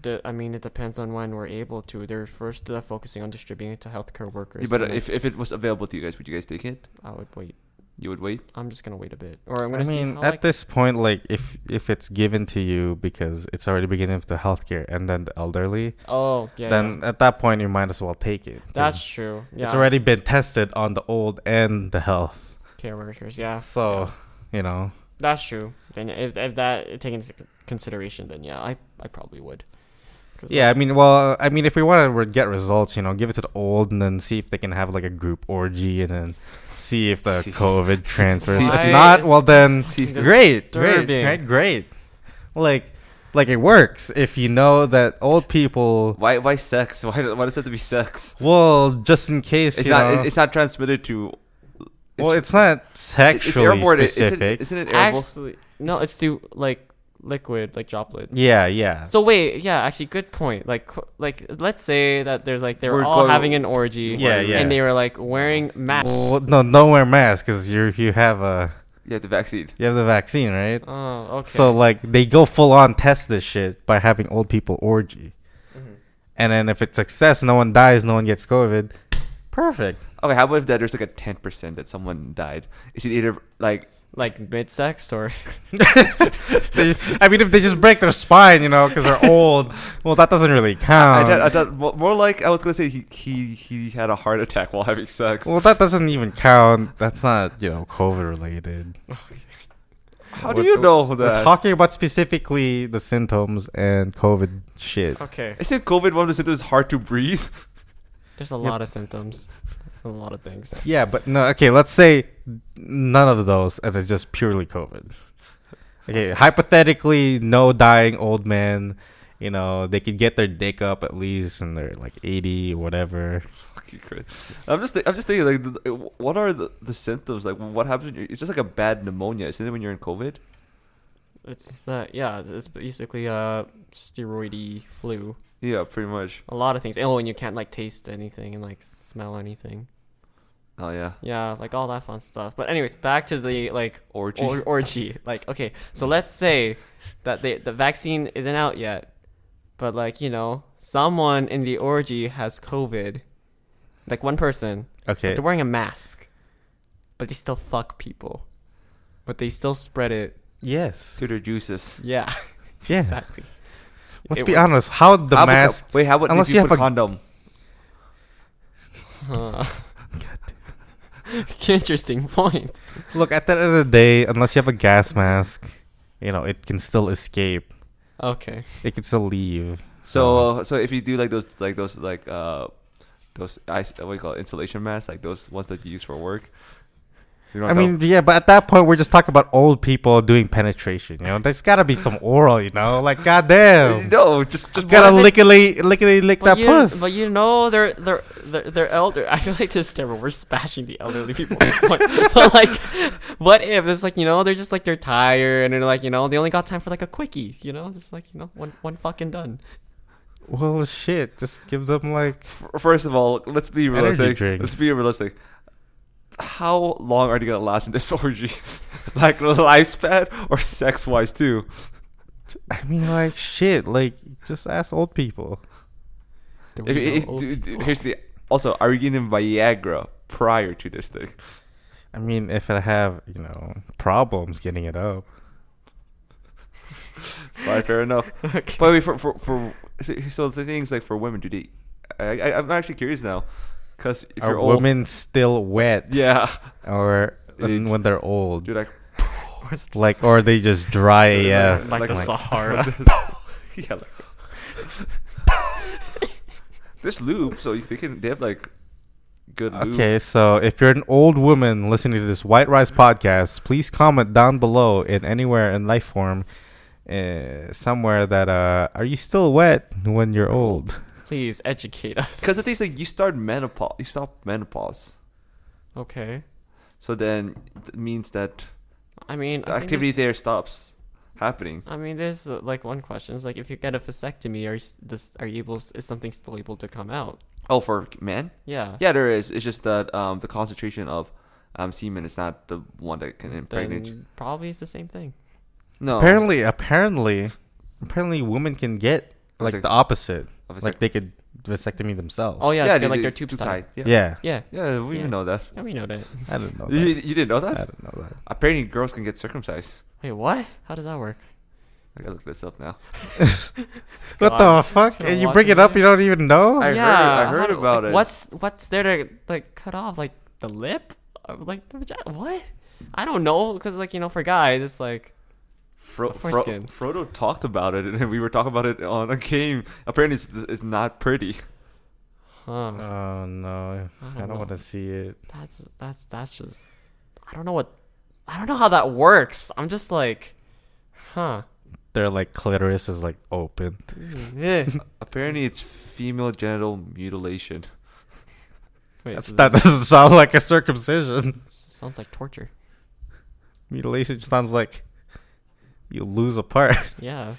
Speaker 3: The, I mean, it depends on when we're able to. They're first uh, focusing on distributing it to healthcare workers.
Speaker 1: Yeah, but
Speaker 3: and then
Speaker 1: if, if it was available to you guys, would you guys take it?
Speaker 3: I would wait,
Speaker 1: You would wait.
Speaker 3: I'm just gonna wait a bit, or I'm
Speaker 2: I
Speaker 3: gonna see.
Speaker 2: mean,
Speaker 3: how,
Speaker 2: at
Speaker 3: like-
Speaker 2: this point, like if if it's given to you because it's already beginning with the healthcare and then the elderly,
Speaker 3: oh yeah,
Speaker 2: then
Speaker 3: yeah.
Speaker 2: at that point you might as well take it. 'cause-
Speaker 3: that's true. Yeah,
Speaker 2: It's already been tested on the old and the health.
Speaker 3: care workers. Yeah,
Speaker 2: So, you know,
Speaker 3: that's true. And if, if that taken into consideration, then yeah, I I probably would. 'Cause,
Speaker 2: yeah, I
Speaker 3: like,
Speaker 2: mean, well, I mean, if we want to get results, you know, give it to the old and then see if they can have like a group orgy and then see if the
Speaker 1: *laughs* See-
Speaker 2: COVID transfers.
Speaker 1: see-
Speaker 3: why
Speaker 2: if not,
Speaker 3: is
Speaker 2: well, then
Speaker 3: this fucking
Speaker 2: great, great,
Speaker 3: disturbing?
Speaker 2: right, great. Like, like it works if you know that old people.
Speaker 1: Why why sex? *laughs* Why why does it have to be sex?
Speaker 2: Well, just in case,
Speaker 1: It's
Speaker 2: you
Speaker 1: not
Speaker 2: know-
Speaker 1: it's not transmitted to.
Speaker 2: well, it's not
Speaker 1: it's
Speaker 2: sexually
Speaker 1: airborne, i-
Speaker 2: specific.
Speaker 1: Isn't it, isn't it airborne?
Speaker 3: Actually, no, it's through like liquid, like droplets.
Speaker 2: yeah, yeah.
Speaker 3: So wait, yeah, actually, good point. Like, qu- like let's say that there's like they were
Speaker 1: We're
Speaker 3: all
Speaker 1: going-
Speaker 3: having an orgy,
Speaker 2: Yeah, yeah.
Speaker 3: and they were like wearing masks.
Speaker 2: Well, no, don't wear mask because you you have a
Speaker 1: yeah, the vaccine.
Speaker 2: you have the vaccine, right?
Speaker 3: Oh, okay.
Speaker 2: So like they go full on test this shit by having old people orgy,
Speaker 1: Mm-hmm.
Speaker 3: Mhm.
Speaker 2: and then if it's success, no one dies, no one gets COVID. Perfect.
Speaker 1: Okay, how about if that there's like a ten percent that someone died? Is it either like
Speaker 3: Like mid sex or
Speaker 2: They- I mean, if they just break their spine, you know,
Speaker 1: *laughs*
Speaker 2: because they're old, well, that doesn't really
Speaker 1: I,
Speaker 2: count.
Speaker 1: thought, I thought mo- more like I was gonna say he, he he had a heart attack while having sex.
Speaker 2: well, that doesn't even count. That's not, you know, COVID related.
Speaker 1: How do
Speaker 2: we're-
Speaker 1: you know
Speaker 2: We're
Speaker 1: that?
Speaker 2: talking about specifically the symptoms and COVID shit.
Speaker 3: okay.
Speaker 1: Isn't COVID one of the symptoms hard to breathe? *laughs*
Speaker 3: There's a lot of symptoms, a lot of things.
Speaker 2: Yeah, but no, okay, let's say none of those, and it's just purely COVID. Okay, hypothetically, no dying old man. You know, they could get their dick up at least, and they're like 80 or whatever.
Speaker 1: Fucking Christ. I'm just thi- I'm just thinking like th- th- what are the, the symptoms like what happens? when you- It's just like a bad pneumonia, isn't it? When you're in COVID,
Speaker 3: It's that yeah. It's basically a steroidy flu.
Speaker 1: yeah, pretty much.
Speaker 3: A lot of things. Oh, and you can't like taste anything and like smell anything.
Speaker 1: Oh yeah,
Speaker 3: Yeah, like all that fun stuff. But anyways, back to the like
Speaker 1: orgy.
Speaker 3: or, orgy. Like, okay, so let's say that they, the vaccine isn't out yet, but like you know, someone in the orgy has COVID, like one person, but
Speaker 2: Okay,
Speaker 3: they're wearing a mask, but they still fuck people, but they still spread it.
Speaker 2: yes,
Speaker 1: to their juices.
Speaker 3: Yeah,
Speaker 2: *laughs* yeah.
Speaker 3: exactly.
Speaker 2: Let's
Speaker 3: It
Speaker 2: be
Speaker 3: would-
Speaker 2: honest. How the
Speaker 1: How about that-
Speaker 2: mask?
Speaker 1: Ah, uh, wait, how about
Speaker 2: unless
Speaker 1: if you,
Speaker 2: you
Speaker 1: put
Speaker 2: have a-
Speaker 1: condom?
Speaker 3: *laughs* Huh. *laughs* Interesting point.
Speaker 2: Look, at the end of the day, unless you have a gas mask, you know, it can still escape.
Speaker 3: Okay.
Speaker 2: It can still leave.
Speaker 1: So uh, so if you do like those like those like uh those ice what do you call it, insulation masks like those ones that you use for work. You know
Speaker 2: I
Speaker 1: what I'm
Speaker 2: mean, yeah, but at that point, we're just talking about old people doing penetration. You know, there's got to be some oral. You know, like
Speaker 1: talking-
Speaker 2: goddamn,
Speaker 1: no, just just
Speaker 2: gotta
Speaker 3: if it's-
Speaker 2: lickily lickily lick
Speaker 3: But
Speaker 2: that
Speaker 3: you,
Speaker 2: puss.
Speaker 3: but you know they're they're they're, they're elder. I feel like this is terrible. We're smashing the elderly people. at this point. *laughs* but like, what if it's like you know they're just like they're tired and they're like you know they only got time for like a quickie. You know, it's like you know one one fucking done.
Speaker 2: well, shit, just give them like.
Speaker 1: F- First of all, let's be
Speaker 2: Energy
Speaker 1: realistic.
Speaker 2: drinks.
Speaker 1: Let's be realistic. How long are they gonna last in this *laughs* orgy? like lifespan or sex wise too?
Speaker 2: I mean, like shit, like just ask old people.
Speaker 3: There
Speaker 1: If,
Speaker 3: we
Speaker 1: if,
Speaker 3: go.
Speaker 1: d- d- here's the also, are you getting Viagra prior to this thing?
Speaker 2: I mean, if I have you know problems getting it up,
Speaker 1: Right, fair
Speaker 2: *laughs*
Speaker 1: enough.
Speaker 3: Okay.
Speaker 1: By the way, for for, for so, so the things like for women, do they? I, I, I'm actually curious now, because if
Speaker 2: are
Speaker 1: you're old,
Speaker 2: women still wet?
Speaker 1: yeah,
Speaker 2: Or mm,
Speaker 1: Age.
Speaker 2: when they're old,
Speaker 1: dude, like
Speaker 2: like or they just dry AF.
Speaker 3: Like the Sahara.
Speaker 1: *laughs* yeah,
Speaker 2: *laughs*
Speaker 1: like, this lube, so you- they can they have like good lube.
Speaker 2: Okay, so if you're an old woman listening to this White Rice podcast, please comment down below in anywhere in life form, uh, somewhere that uh, are you still wet when you're old?
Speaker 3: Please educate us.
Speaker 1: Because the thing is, like, you start menopause, you stop menopause,
Speaker 3: okay.
Speaker 1: so then it means that
Speaker 3: I mean,
Speaker 1: the
Speaker 3: I think
Speaker 1: activity
Speaker 3: this-
Speaker 1: there stops happening.
Speaker 3: I mean, there's uh, like one question. It's like if you get a vasectomy, are you s- this are you able? s- Is something still able to come out?
Speaker 1: Oh, for men?
Speaker 3: Yeah.
Speaker 1: Yeah, there is. It's just that um, the concentration of um, semen is not the one that can impregnate. you.
Speaker 3: Then probably it's the same thing.
Speaker 1: No,
Speaker 2: Apparently, apparently, apparently, women can get like
Speaker 1: Vasect-
Speaker 2: the opposite.
Speaker 1: Of a
Speaker 2: Like
Speaker 1: sec-
Speaker 2: they could vasectomy themselves.
Speaker 3: Oh yeah, it's good,
Speaker 1: they-
Speaker 3: like
Speaker 1: they-
Speaker 3: their tubes
Speaker 1: too
Speaker 3: tied.
Speaker 1: tight. Yeah.
Speaker 2: *laughs*
Speaker 1: yeah,
Speaker 2: yeah.
Speaker 3: Yeah.
Speaker 1: we
Speaker 3: Yeah.
Speaker 1: know that.
Speaker 3: yeah, we know that. *laughs*
Speaker 2: I didn't know.
Speaker 1: You,
Speaker 2: That.
Speaker 1: you didn't know
Speaker 2: I
Speaker 1: that?
Speaker 2: didn't know that.
Speaker 1: Apparently, girls can get circumcised.
Speaker 3: Wait, what? How does that work?
Speaker 1: I gotta look this up now.
Speaker 2: What
Speaker 3: God.
Speaker 2: the fuck?
Speaker 3: Should've
Speaker 2: And you
Speaker 3: watched
Speaker 2: bring
Speaker 3: it
Speaker 2: it up,
Speaker 3: there.
Speaker 2: you don't even know?
Speaker 1: I heard- I
Speaker 3: Oh, how
Speaker 1: heard
Speaker 3: do-
Speaker 1: about
Speaker 3: like,
Speaker 1: it.
Speaker 3: What's what's there to like cut off? Like the lip? Uh, Like the vagina? What? I don't know, cause like you know, for guys, it's like
Speaker 1: Fro-
Speaker 3: It's the
Speaker 1: Fro-
Speaker 3: foreskin.
Speaker 1: Frodo talked about it, *laughs* and we were talking about it on a game. Apparently, it's, it's not pretty. Uh.
Speaker 3: huh?
Speaker 2: Oh no,
Speaker 3: I
Speaker 2: I
Speaker 3: don't
Speaker 2: don't,
Speaker 3: know.
Speaker 2: want to see it.
Speaker 3: That's that's that's just. I don't know what. I don't know how that works. I'm just like, huh? *laughs*
Speaker 2: Their like clitoris is like open.
Speaker 3: Mm, eh.
Speaker 1: Apparently, it's female genital mutilation.
Speaker 3: Wait,
Speaker 2: That's,
Speaker 3: so
Speaker 2: that doesn't *laughs* sound like a circumcision.
Speaker 3: this sounds like torture.
Speaker 2: Mutilation sounds like you lose a part.
Speaker 1: *laughs*
Speaker 3: Yeah.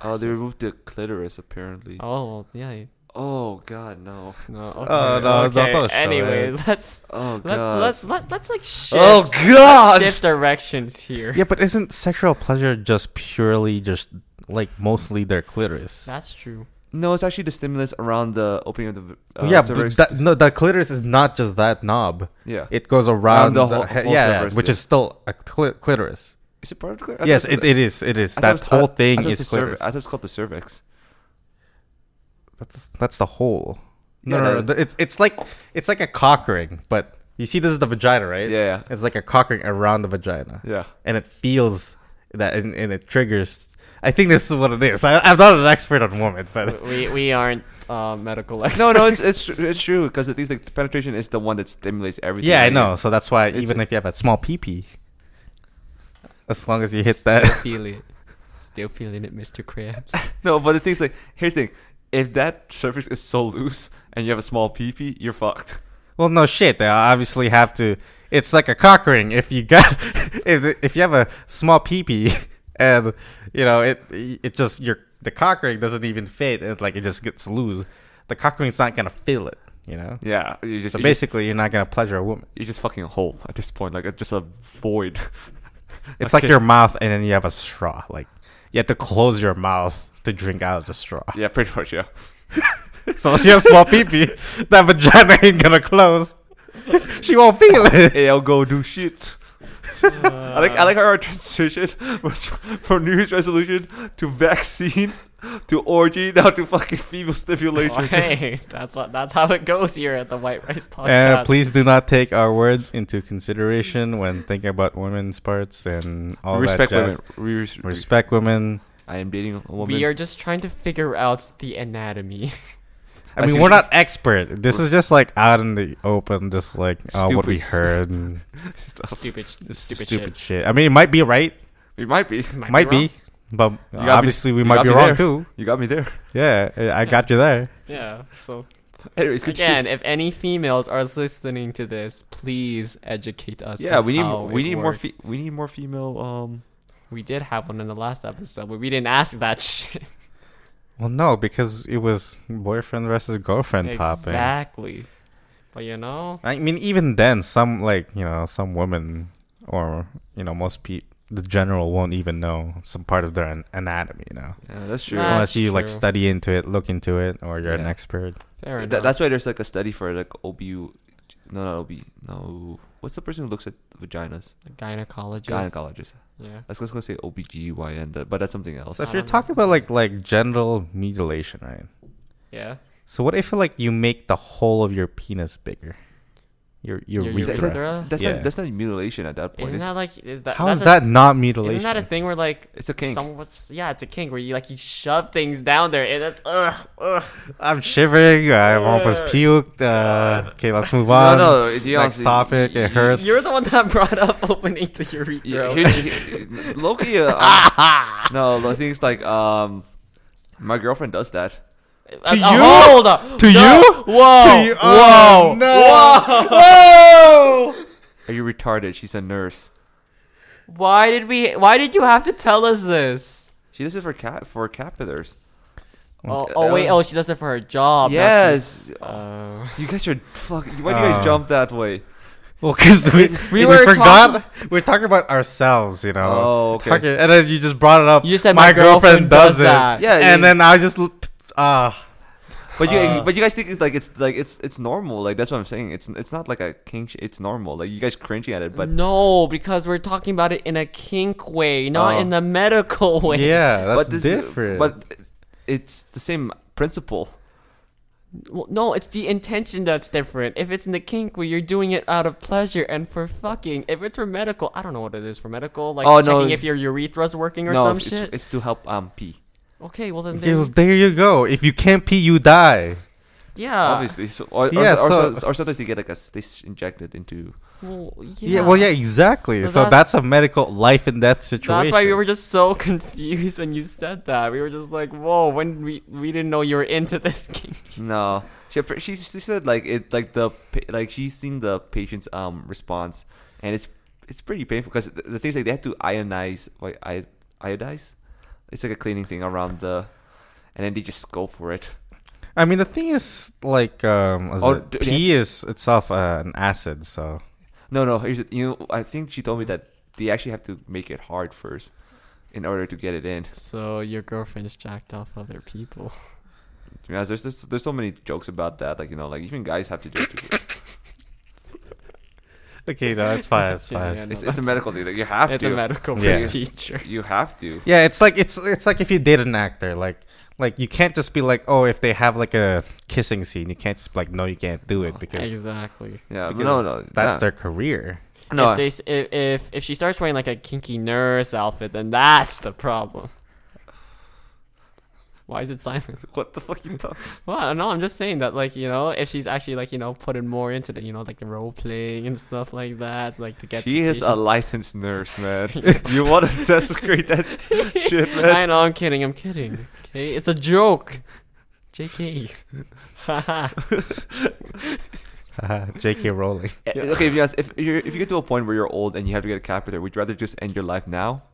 Speaker 1: Oh, they
Speaker 3: Passes.
Speaker 1: removed the clitoris. Apparently.
Speaker 3: Oh well, yeah. you-
Speaker 1: Oh God, no.
Speaker 3: No. Okay.
Speaker 2: Oh, no, no,
Speaker 3: okay.
Speaker 2: don't show it.
Speaker 3: Anyways, let's
Speaker 1: Oh God.
Speaker 3: let's let's let, let's like shift.
Speaker 1: oh God.
Speaker 3: shift directions here.
Speaker 2: yeah, but isn't sexual pleasure just purely just like mostly their clitoris?
Speaker 3: That's true.
Speaker 1: No, it's actually the stimulus around the opening of the. v- Uh,
Speaker 2: yeah, but
Speaker 1: cervix.
Speaker 2: that, no, the clitoris is not just that knob.
Speaker 1: yeah.
Speaker 2: It goes around
Speaker 1: the
Speaker 2: the,
Speaker 1: whole-
Speaker 2: he-
Speaker 1: whole
Speaker 2: yeah,
Speaker 1: cervix,
Speaker 2: which
Speaker 1: yeah.
Speaker 2: is still a cli- clitoris.
Speaker 1: Is it part of the clitoris? I
Speaker 2: yes,
Speaker 1: thought it's
Speaker 2: it,
Speaker 1: the-
Speaker 2: it is. It is.
Speaker 1: I thought
Speaker 2: That
Speaker 1: it's- I-
Speaker 2: whole
Speaker 1: I
Speaker 2: thing
Speaker 1: thought it's
Speaker 2: is
Speaker 1: the cervix.
Speaker 2: clitoris.
Speaker 1: I thought it's called the cervix.
Speaker 2: That's that's the whole. No,
Speaker 1: Yeah,
Speaker 2: no, no,
Speaker 1: that-
Speaker 2: th- It's it's like it's like a cock ring, but you see, this is the vagina, right?
Speaker 1: Yeah, yeah.
Speaker 2: It's like a cock ring around the vagina,
Speaker 1: Yeah.
Speaker 2: and it feels that, and, and it triggers. I think this is what it is. I, I'm not an expert on women, but
Speaker 3: we we aren't uh, medical experts.
Speaker 1: No, no, it's it's tr- it's true because it things like penetration is the one that stimulates everything.
Speaker 2: yeah, I
Speaker 1: right?
Speaker 2: know. So that's why
Speaker 1: It's
Speaker 2: even
Speaker 1: a-
Speaker 2: if you have a small pee pee, as long as you hit that,
Speaker 3: feel it. Still feeling it, Mr. Krabs.
Speaker 1: No, but the thing's like here's the thing: if that cervix is so loose and you have a small pee pee, you're fucked. *laughs*
Speaker 2: well, no shit. They obviously have to. It's like a cock ring. If you got, *laughs* if if you have a small pee pee, *laughs* and you know it, it just your the cock ring doesn't even fit. It's like it just gets loose. The cock ring's not gonna fill it. You know.
Speaker 1: Yeah, you just
Speaker 2: So
Speaker 1: you just-
Speaker 2: basically, you're not gonna pleasure a woman.
Speaker 1: you're just fucking a hole at this point, like uh, just a void. *laughs*
Speaker 2: It's
Speaker 1: Okay.
Speaker 2: like your mouth, and then you have a straw. Like you have to close your mouth to drink out of the straw.
Speaker 1: yeah, pretty much. Yeah.
Speaker 2: *laughs* So if she has small pee pee. That vagina *laughs* ain't gonna close.
Speaker 1: *laughs*
Speaker 2: she won't feel it.
Speaker 1: Hey, I'll go do shit. I like I like how our *laughs* transition was from New Year's resolution to vaccines to orgy now to fucking female stimulation.
Speaker 2: *laughs*
Speaker 1: *laughs*
Speaker 3: Oh, *laughs* hey, that's what that's how it goes here at the White Rice Podcast.
Speaker 2: Uh, please do not take our words into consideration when thinking about women's parts and all
Speaker 1: respect
Speaker 2: that.
Speaker 1: women.
Speaker 2: jazz.
Speaker 1: We res-
Speaker 2: Respect women.
Speaker 1: I am dating a woman.
Speaker 3: We are just trying to figure out the anatomy. *laughs*
Speaker 2: I,
Speaker 1: I see
Speaker 2: mean, we're
Speaker 1: this
Speaker 2: not expert. This is just like out in the open, just like uh, what we
Speaker 1: Stupid.
Speaker 2: heard. And
Speaker 3: stupid, stupid,
Speaker 2: stupid
Speaker 3: shit.
Speaker 2: shit. I mean, it might be right,
Speaker 1: We might be.
Speaker 3: Might,
Speaker 2: might be,
Speaker 3: wrong.
Speaker 2: but
Speaker 1: You got me-
Speaker 2: obviously we
Speaker 1: you
Speaker 2: might
Speaker 1: got
Speaker 2: be
Speaker 1: me
Speaker 2: wrong
Speaker 1: there.
Speaker 2: too.
Speaker 1: You got me there. *laughs*
Speaker 2: Yeah, I I got you there.
Speaker 3: Yeah. So
Speaker 1: Anyways, good shit.
Speaker 3: again, if any females are listening to this, please educate us.
Speaker 1: Yeah,
Speaker 3: on
Speaker 1: we need
Speaker 3: how
Speaker 1: we
Speaker 3: it
Speaker 1: need more
Speaker 3: works.
Speaker 1: fe- we need more female. Um,
Speaker 3: we did have one in the last episode, but we didn't ask that *laughs* shit.
Speaker 2: Well, no, because it was boyfriend versus girlfriend topic.
Speaker 3: exactly. But you know,
Speaker 2: I mean, even then, some like you know, some women or you know, most people, the general won't even know some part of their an- anatomy. You know,
Speaker 1: yeah, that's true.
Speaker 3: Nah, That's
Speaker 2: unless you like
Speaker 3: true.
Speaker 2: study into it, look into it, or you're an
Speaker 1: Yeah.
Speaker 2: expert.
Speaker 3: fair
Speaker 1: Th-
Speaker 3: enough.
Speaker 1: that's why there's like a study for like OBU. No, not OB. No, what's the person who looks at vaginas?
Speaker 3: gynecologist.
Speaker 1: Gynecologist.
Speaker 3: yeah.
Speaker 1: I was just gonna say OBGYN, th- but that's something else.
Speaker 2: So
Speaker 3: I
Speaker 2: if you're
Speaker 3: don't know.
Speaker 2: talking about like like genital mutilation, right?
Speaker 3: Yeah.
Speaker 2: So what if like you make the whole of your penis bigger? Your your,
Speaker 1: That-
Speaker 3: Your
Speaker 2: urethra.
Speaker 1: that-
Speaker 3: urethra?
Speaker 1: that's
Speaker 2: Yeah.
Speaker 1: not that's not mutilation at that point.
Speaker 3: Isn't
Speaker 1: It's,
Speaker 3: that like is that
Speaker 2: How
Speaker 3: that's
Speaker 2: is
Speaker 3: a-
Speaker 2: that not mutilation?
Speaker 3: Isn't that a thing where like
Speaker 1: it's a kink.
Speaker 3: someone's yeah, it's a kink where you like you shove things down there and that's uh, ugh, ugh.
Speaker 2: I'm shivering. I'm almost
Speaker 3: Ugh,
Speaker 2: puked. Uh, okay, let's move on.
Speaker 1: no, no. you
Speaker 2: Next
Speaker 1: honestly-
Speaker 2: topic. It hurts.
Speaker 3: You're the one that *laughs* brought up opening the urethra.
Speaker 1: Yeah,
Speaker 3: *laughs*
Speaker 1: here's, here- Loki. Uh, um, no, the thing's like um, my girlfriend does that.
Speaker 3: Uh,
Speaker 2: To
Speaker 3: uh,
Speaker 2: you?
Speaker 3: Hold on.
Speaker 2: To
Speaker 3: No.
Speaker 2: you?
Speaker 3: Whoa.
Speaker 2: To you-
Speaker 3: whoa.
Speaker 2: oh, no.
Speaker 3: Whoa. Whoa.
Speaker 1: Are you retarded? She's a nurse.
Speaker 3: Why did we? Why did you have to tell us this?
Speaker 1: She does it for cat for catheters.
Speaker 3: Oh, oh wait. Oh, she does it for her job. that's-
Speaker 1: uh, yes,
Speaker 3: *laughs* Uh,
Speaker 1: you guys are fucking. Why do you guys
Speaker 2: Uh.
Speaker 1: jump that way?
Speaker 2: Well, because we, *laughs* we,
Speaker 3: were
Speaker 2: forgot we're talking about ourselves, you know.
Speaker 1: Oh, okay.
Speaker 2: Talking- and then you just brought it up.
Speaker 3: You just said my girlfriend does that.
Speaker 1: Yeah,
Speaker 2: and
Speaker 1: yeah.
Speaker 2: then I just l- ah.
Speaker 1: But you,
Speaker 3: Uh.
Speaker 1: but you guys think it's like it's like it's it's normal. Like that's what I'm saying. It's it's not like a kink. Sh- it's normal. Like you guys cringing at it, but
Speaker 2: Mm,
Speaker 3: no, because we're talking about it in a kink way, not
Speaker 1: Oh.
Speaker 3: in the medical way.
Speaker 2: yeah, that's
Speaker 1: but this-
Speaker 2: different.
Speaker 1: But it's the same principle.
Speaker 3: Well, no, it's the intention that's different. If it's in the kink where you're doing it out of pleasure and for fucking, if it's for medical, I don't know what it is for medical, like
Speaker 1: Oh, no.
Speaker 3: checking if your urethra's working or
Speaker 1: no,
Speaker 3: some
Speaker 1: it's,
Speaker 3: shit.
Speaker 1: it's to help um pee.
Speaker 3: okay,
Speaker 1: *laughs*
Speaker 3: well then,
Speaker 2: Okay, well,
Speaker 3: then
Speaker 2: there you go. If you can't pee, you die.
Speaker 3: yeah,
Speaker 1: Obviously, so, or, or,
Speaker 2: Yeah,
Speaker 1: or,
Speaker 2: so-
Speaker 1: so- or sometimes they get like a s- they s- injected into.
Speaker 3: Well,
Speaker 2: Yeah. well, yeah, exactly.
Speaker 3: So
Speaker 2: So,
Speaker 3: that's-
Speaker 2: that's, a medical life and death situation.
Speaker 3: That's why we were just so *laughs* confused when you said that. We were just like, "Whoa!" When we we didn't know you were into *laughs* this game.
Speaker 1: No, she appre- she, she said like it like the pa- like she's seen the patient's um response and it's it's pretty painful because the, the things like they had to ionize like I iodize. It's like a cleaning thing around the, and then they just go for it.
Speaker 2: I mean, the thing is, like, um, was
Speaker 1: Oh,
Speaker 2: it-
Speaker 1: d-
Speaker 2: pee is itself uh, an acid, so
Speaker 1: No, no. Here's the, you know, I think she told me that they actually have to make it hard first in order to get it in.
Speaker 3: So your girlfriend's jacked off other people.
Speaker 1: To be honest, there's just, there's so many jokes about that. Like you know, like even guys have to
Speaker 3: *laughs*
Speaker 1: joke. with it.
Speaker 2: Okay, no,
Speaker 3: *laughs*
Speaker 2: it's fine. *laughs* It's
Speaker 3: Yeah,
Speaker 2: fine.
Speaker 3: yeah, no,
Speaker 1: It's, it's
Speaker 3: that's-
Speaker 1: a medical thing.
Speaker 3: *laughs*
Speaker 1: Like you have
Speaker 3: it's
Speaker 1: to.
Speaker 3: a medical
Speaker 2: Yeah.
Speaker 3: procedure.
Speaker 1: you have
Speaker 3: *laughs*
Speaker 1: to.
Speaker 2: Yeah, it's like it's it's like if you date an actor, like like you can't just be like, oh, if they have like a kissing scene, you can't just be like, no, you can't do it because
Speaker 3: exactly.
Speaker 1: Yeah, but
Speaker 2: Because
Speaker 1: no, no,
Speaker 2: that's
Speaker 1: yeah.
Speaker 2: their *laughs* career.
Speaker 1: no.
Speaker 3: If, they, s- if, if if she starts wearing like a kinky nurse outfit, then that's the problem. Why is it silent?
Speaker 1: what the fuck you talking?
Speaker 3: Well, no, I'm just saying that like you know, if she's actually like you know putting more into the you know like the role playing and stuff like that, like to get
Speaker 1: She
Speaker 3: the
Speaker 1: is a
Speaker 3: patient-
Speaker 1: licensed nurse, *laughs* man. you want to desecrate
Speaker 3: *laughs*
Speaker 1: that shit, man?
Speaker 3: I know, I'm kidding, I'm kidding. Okay, it's a joke. *laughs* JK. Haha.
Speaker 2: J.K. Rowling.
Speaker 1: Eh, Okay, if you ask, if you if you get to a point where you're old and you have to get a catheter, would you rather just end your life now?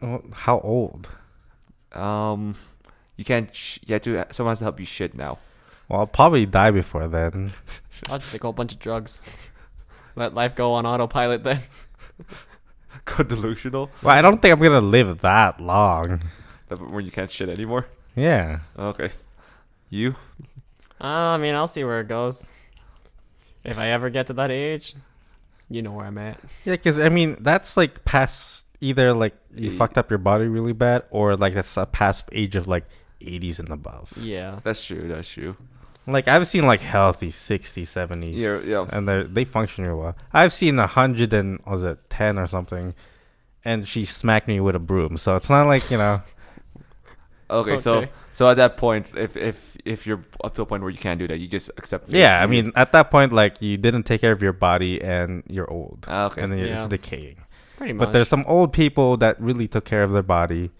Speaker 2: Oh, How old?
Speaker 1: Um, you can't. Sh- you have to. Someone has to help you shit now. *laughs*
Speaker 2: Well, I'll probably die before then.
Speaker 3: I'll just take a whole bunch of drugs. Let life go on autopilot then. *laughs*
Speaker 1: Go delusional
Speaker 2: Well, I don't think I'm gonna live that long.
Speaker 1: The- when you can't shit anymore.
Speaker 2: Yeah.
Speaker 1: Okay, you.
Speaker 3: Uh, I mean, I'll see where it goes. If I ever get to that age, you know where I'm at.
Speaker 2: Yeah, because I mean, that's like past either like you
Speaker 1: Y-
Speaker 2: fucked up your body really bad, or like that's a past age of like 80s and above.
Speaker 3: Yeah.
Speaker 1: That's true. That's true.
Speaker 2: Like I've seen like healthy 60s, 70s,
Speaker 1: Yeah, yeah.
Speaker 2: and they they function real well. I've seen a hundred and what was it 10 or something, and she smacked me with a broom. So it's not like
Speaker 1: *laughs*
Speaker 2: you know.
Speaker 1: Okay, so
Speaker 3: Okay.
Speaker 1: so at that point, if if if you're up to a point where you can't do that, you just accept. fate.
Speaker 2: yeah, I
Speaker 1: You-
Speaker 2: mean, at that point, like you didn't take care of your body, and you're old,
Speaker 1: Ah, okay.
Speaker 2: and then you're- it's
Speaker 3: Yeah.
Speaker 2: decaying.
Speaker 3: Pretty much.
Speaker 2: But there's some old people that really took care of their body,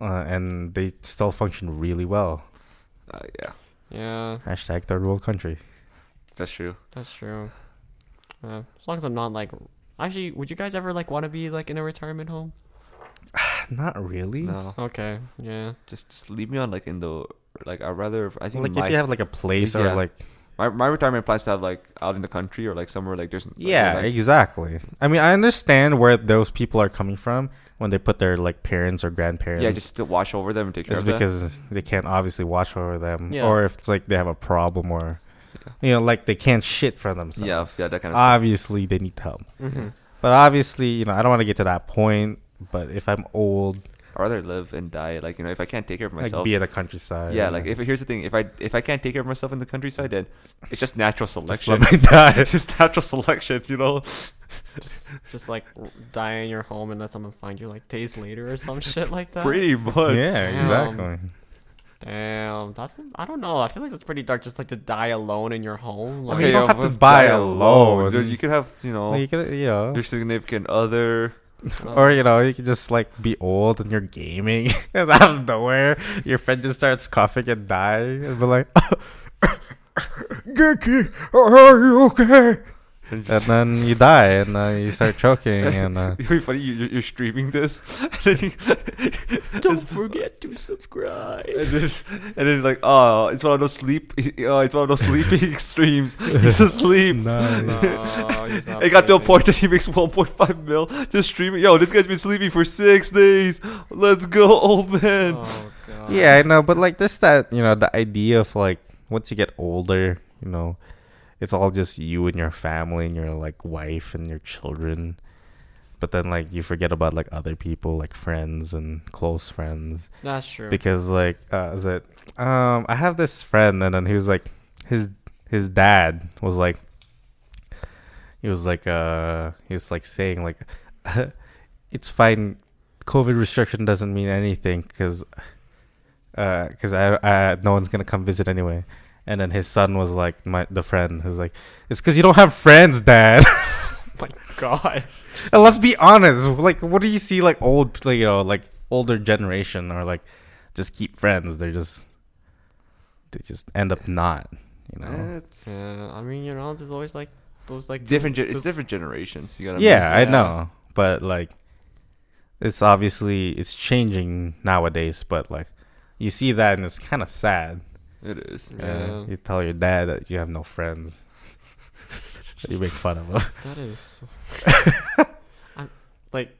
Speaker 2: uh, and they still function really well.
Speaker 1: Uh, yeah,
Speaker 3: yeah,
Speaker 2: Hashtag third world
Speaker 1: *sighs*
Speaker 2: country.
Speaker 1: that's true.
Speaker 3: that's true. Uh, as long as I'm not like. Actually, would you guys ever like want to be like in a retirement home?
Speaker 2: Not really.
Speaker 1: No,
Speaker 3: Okay. Yeah.
Speaker 1: just just leave me on like in the like I'd rather I think
Speaker 2: Like
Speaker 1: my,
Speaker 2: if you have like a place
Speaker 1: Yeah.
Speaker 2: or like
Speaker 1: my my retirement plans to have like out in the country or like somewhere like there's like,
Speaker 2: yeah,
Speaker 1: like,
Speaker 2: exactly. I mean, I understand where those people are coming from when they put their like parents or grandparents.
Speaker 1: yeah just to wash over them and take care
Speaker 2: it's
Speaker 1: of them.
Speaker 2: because they can't obviously watch over them,
Speaker 3: Yeah.
Speaker 2: or if it's like they have a problem or you know, like they can't shit for themselves.
Speaker 1: Yeah, yeah, that kind of stuff.
Speaker 2: obviously they need help.
Speaker 3: Mm-hmm.
Speaker 2: But obviously, you know, I don't want to get to that point. But if I'm old,
Speaker 1: I'd rather live and die. Like you know, if I can't take care of
Speaker 2: like
Speaker 1: myself,
Speaker 2: be in the countryside.
Speaker 1: yeah.
Speaker 2: and
Speaker 1: Like if here's the thing, if I if I can't take care of myself in the countryside, then it's just natural
Speaker 2: just
Speaker 1: selection.
Speaker 2: let me *laughs*
Speaker 1: *laughs*
Speaker 2: die.
Speaker 1: it's natural selection, you know.
Speaker 3: Just, just like die in your home and let someone find you like days later or some shit like that.
Speaker 1: Pretty much.
Speaker 2: yeah, exactly.
Speaker 3: Damn. That's. I don't know. I feel like that's pretty dark. Just like to die alone in your home. Like,
Speaker 2: Okay, you don't have to
Speaker 1: but
Speaker 2: buy
Speaker 1: die
Speaker 2: a
Speaker 1: alone.
Speaker 2: loan.
Speaker 1: Dude, you could have, you know,
Speaker 2: Like, you could, you know,
Speaker 1: your significant other.
Speaker 3: uh,
Speaker 2: *laughs* Or you know, you can just like be old and you're gaming, *laughs* and out of nowhere, your friend just starts coughing and dying, and be like, *coughs* "Geki, are you okay?"
Speaker 1: And
Speaker 2: And
Speaker 1: just, *laughs*
Speaker 2: then you die, and uh, you start choking, and uh,
Speaker 1: it'd be funny. You, you- you're streaming this, *laughs* and then, you,
Speaker 3: don't forget to subscribe.
Speaker 1: and then, and then like, oh, it's one of those sleep. *laughs* Oh, it's one of those *laughs* sleeping streams. He's
Speaker 3: *laughs*
Speaker 1: asleep.
Speaker 2: nice.
Speaker 3: No, he's not
Speaker 1: It got to a
Speaker 3: sleeping.
Speaker 1: point that he makes *laughs* 1.5 mil just streaming. Yo, this guy's been sleeping for six days. Let's go, old man.
Speaker 3: Oh, God.
Speaker 2: Yeah, I know, but like this, that you know, the idea of like once you get older, you know, it's all just you and your family and your like wife and your children. But then like you forget about like other people, like friends and close friends,
Speaker 3: That's true.
Speaker 2: because like uh, is it? Um, I have this friend, and then he was like, his his dad was like, he was like, uh, he was like saying like, *laughs* it's fine. COVID restriction doesn't mean anything because because I, I no one's gonna come visit anyway. And then his son was like, my the friend was like, it's because you don't have friends, dad.
Speaker 3: my God.
Speaker 2: and let's be honest, like, what do you see like old, like, you know, like older generation or like just keep friends? They're just they just end up not, you
Speaker 3: Eh,
Speaker 2: know.
Speaker 1: It's
Speaker 3: Yeah, I mean, you know, there's always like those like
Speaker 1: different. Ge-
Speaker 3: those-
Speaker 1: it's different generations. You gotta.
Speaker 2: yeah, I
Speaker 3: yeah.
Speaker 2: know, but like, it's obviously it's changing nowadays. But like, you see that and it's kind of sad.
Speaker 1: It is.
Speaker 3: Yeah.
Speaker 2: Yeah. You tell your dad that you have no friends. *laughs* you make fun of him.
Speaker 3: That is. I'm, like,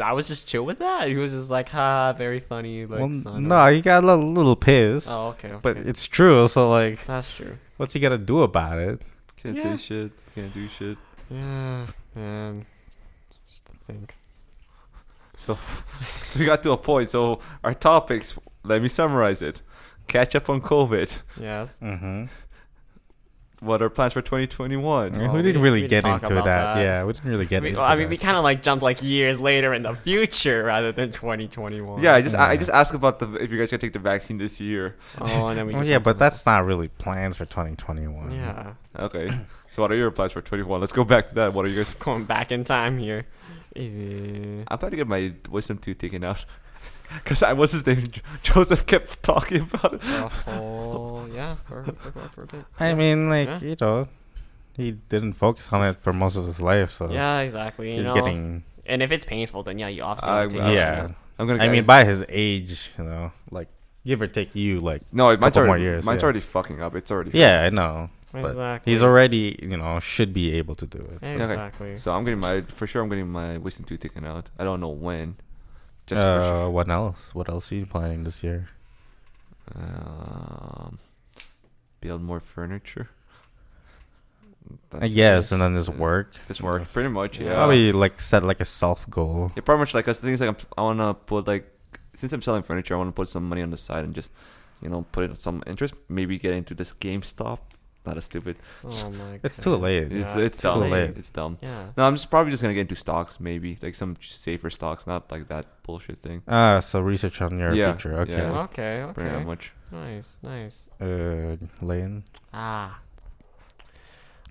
Speaker 3: I was just chill with that. He was just like, ha, very funny. *laughs* Like,
Speaker 2: well,
Speaker 3: son of-
Speaker 2: no, he got a little, little pissed.
Speaker 3: Oh, okay, okay.
Speaker 2: But it's true, so like,
Speaker 3: that's true.
Speaker 2: what's he gonna do about it?
Speaker 1: Can't say
Speaker 3: Yeah.
Speaker 1: shit. Can't do shit.
Speaker 3: Yeah, man. Just to think.
Speaker 1: So, so we got to a point. So our topics. Let me summarize it. Catch up on COVID.
Speaker 3: Yes.
Speaker 2: Mm-hmm.
Speaker 1: What are plans for 2021?
Speaker 3: Yeah.
Speaker 2: we
Speaker 3: we
Speaker 2: didn't
Speaker 3: didn't
Speaker 2: really
Speaker 3: really
Speaker 2: get
Speaker 3: talk
Speaker 2: into that.
Speaker 3: about that.
Speaker 2: Yeah, we didn't really get
Speaker 3: We-
Speaker 2: into
Speaker 3: well, I mean, we
Speaker 2: that.
Speaker 3: kind of like jumped like years later in the future rather than 2021.
Speaker 1: Yeah, I just I I
Speaker 2: Yeah.
Speaker 1: just asked about the if you guys gonna take the vaccine this year.
Speaker 3: Oh, and then we
Speaker 2: Well,
Speaker 3: just
Speaker 2: yeah,
Speaker 3: went
Speaker 2: but
Speaker 3: to the-
Speaker 2: that's not really plans for
Speaker 3: *laughs*
Speaker 2: 2021.
Speaker 3: yeah
Speaker 1: Okay. so what are your plans for 21? Let's go back to that. What are you guys?
Speaker 3: going back in time here. Eh,
Speaker 1: I'm about to get my wisdom tooth taken out. *laughs* Cause I was his name. Jo- Joseph kept talking about it.
Speaker 3: a whole yeah for, for, for, for a bit.
Speaker 2: I
Speaker 3: Yeah.
Speaker 2: mean, like
Speaker 3: Yeah.
Speaker 2: you know, he didn't focus on it for most of his life, so
Speaker 3: yeah, exactly. You
Speaker 2: he's
Speaker 3: know,
Speaker 2: getting.
Speaker 3: and if it's painful, then yeah, you obviously
Speaker 1: I-
Speaker 3: have to take
Speaker 1: I-
Speaker 3: it.
Speaker 2: yeah,
Speaker 1: I'm gonna.
Speaker 2: I
Speaker 1: get-
Speaker 2: mean, by his age, you know, like give or take, you like.
Speaker 1: no, mine's
Speaker 2: couple more
Speaker 1: already
Speaker 2: years,
Speaker 1: mine's
Speaker 2: yeah.
Speaker 1: already fucking up. It's already
Speaker 2: Yeah, I know. but
Speaker 3: exactly.
Speaker 2: He's already, you know, should be able to do it.
Speaker 1: Okay.
Speaker 3: exactly.
Speaker 1: So I'm getting my for sure. I'm getting my wisdom tooth taken out. I don't know when. Just for sure.
Speaker 2: Uh, what else? What else are you planning this year?
Speaker 1: Um, build more furniture.
Speaker 2: I
Speaker 1: That's
Speaker 2: guess,
Speaker 1: nice.
Speaker 2: and then just
Speaker 1: Yeah.
Speaker 2: work.
Speaker 1: Just work, pretty much. Yeah.
Speaker 2: Probably like set like a self goal.
Speaker 1: Yeah, pretty much like us. The thing is, like, I'm, I want to put like, since I'm selling furniture, I want to put some money on the side and just, you know, put in some interest. Maybe get into this GameStop. Not a stupid.
Speaker 3: oh my.
Speaker 2: It's too
Speaker 3: God.
Speaker 2: late.
Speaker 1: It's
Speaker 3: Yeah,
Speaker 1: it's,
Speaker 3: it's
Speaker 1: dumb.
Speaker 2: too late.
Speaker 1: It's dumb.
Speaker 3: Yeah.
Speaker 1: No, I'm just probably just gonna get into stocks, maybe like some safer stocks, not like that bullshit thing.
Speaker 2: Ah, so research on your
Speaker 1: Yeah,
Speaker 2: future. Okay.
Speaker 1: yeah.
Speaker 3: Okay. Oh, Okay.
Speaker 1: Pretty much.
Speaker 3: Nice. Nice.
Speaker 2: Uh, Lane.
Speaker 3: Ah.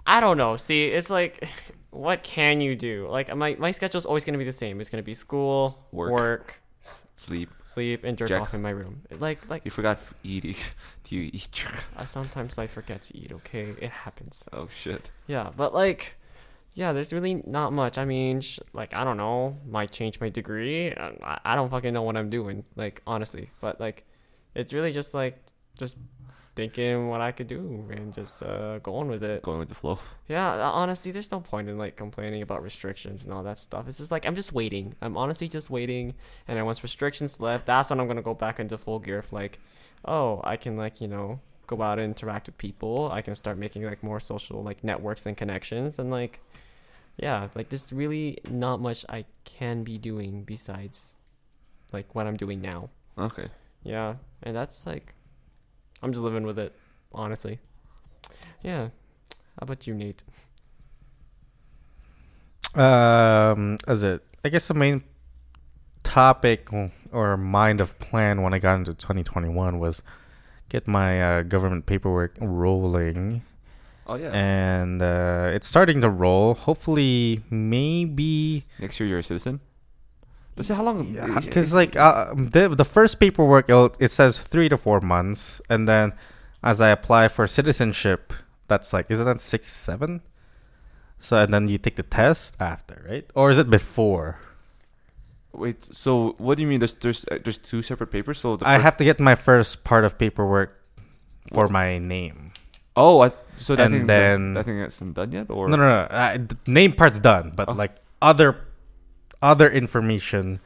Speaker 3: I don't know. See, it's like, *laughs* what can you do? Like my my schedule's always gonna be the same. It's gonna be school,
Speaker 1: Work.
Speaker 3: work,
Speaker 1: S- sleep.
Speaker 3: sleep, and jerk
Speaker 1: Jack-
Speaker 3: off in my room. Like like
Speaker 1: You forgot f- eating. Do you eat? *laughs* Your-
Speaker 3: I sometimes I forget to eat. Okay, it happens.
Speaker 1: oh shit.
Speaker 3: Yeah, but like, yeah, there's really not much. I mean, sh- like, I don't know. Might change my degree. I, I- I don't fucking know what I'm doing. Like, honestly, but like, it's really just like just thinking what I could do and just uh, going with it.
Speaker 1: Going with the flow.
Speaker 3: Yeah, uh, honestly, there's no point in like complaining about restrictions and all that stuff. It's just like I'm just waiting. I'm honestly just waiting, and then once restrictions left, that's when I'm gonna go back into full gear of like, oh, I can like you know go out and interact with people. I can start making like more social like networks and connections, and like, yeah, like there's really not much I can be doing besides like what I'm doing now.
Speaker 1: Okay.
Speaker 3: Yeah, and that's like, I'm just living with it, honestly. Yeah, how about you, Nate?
Speaker 2: Um, as it, I guess the main topic or mind of plan when I got into 2021 was get my uh, government paperwork rolling,
Speaker 1: Oh yeah.
Speaker 2: and uh, it's starting to roll. Hopefully, maybe
Speaker 1: Next year you're a citizen. This is how long?
Speaker 2: *laughs* because like uh, the the first paperwork it'll- it says three to four months, and then as I apply for citizenship, that's like isn't that six seven? So and then you take the test after, right? Or is it before?
Speaker 1: *laughs* Wait. So what do you mean? There's there's uh, there's two separate papers. So the
Speaker 2: I
Speaker 1: fir-
Speaker 2: have to get my first part of paperwork for my name.
Speaker 1: Oh, I, so that
Speaker 2: And
Speaker 1: thing,
Speaker 2: then-
Speaker 1: that, that thing hasn't done yet, or
Speaker 2: No, no, no. I, the name part's done, but
Speaker 1: Oh.
Speaker 2: like other other information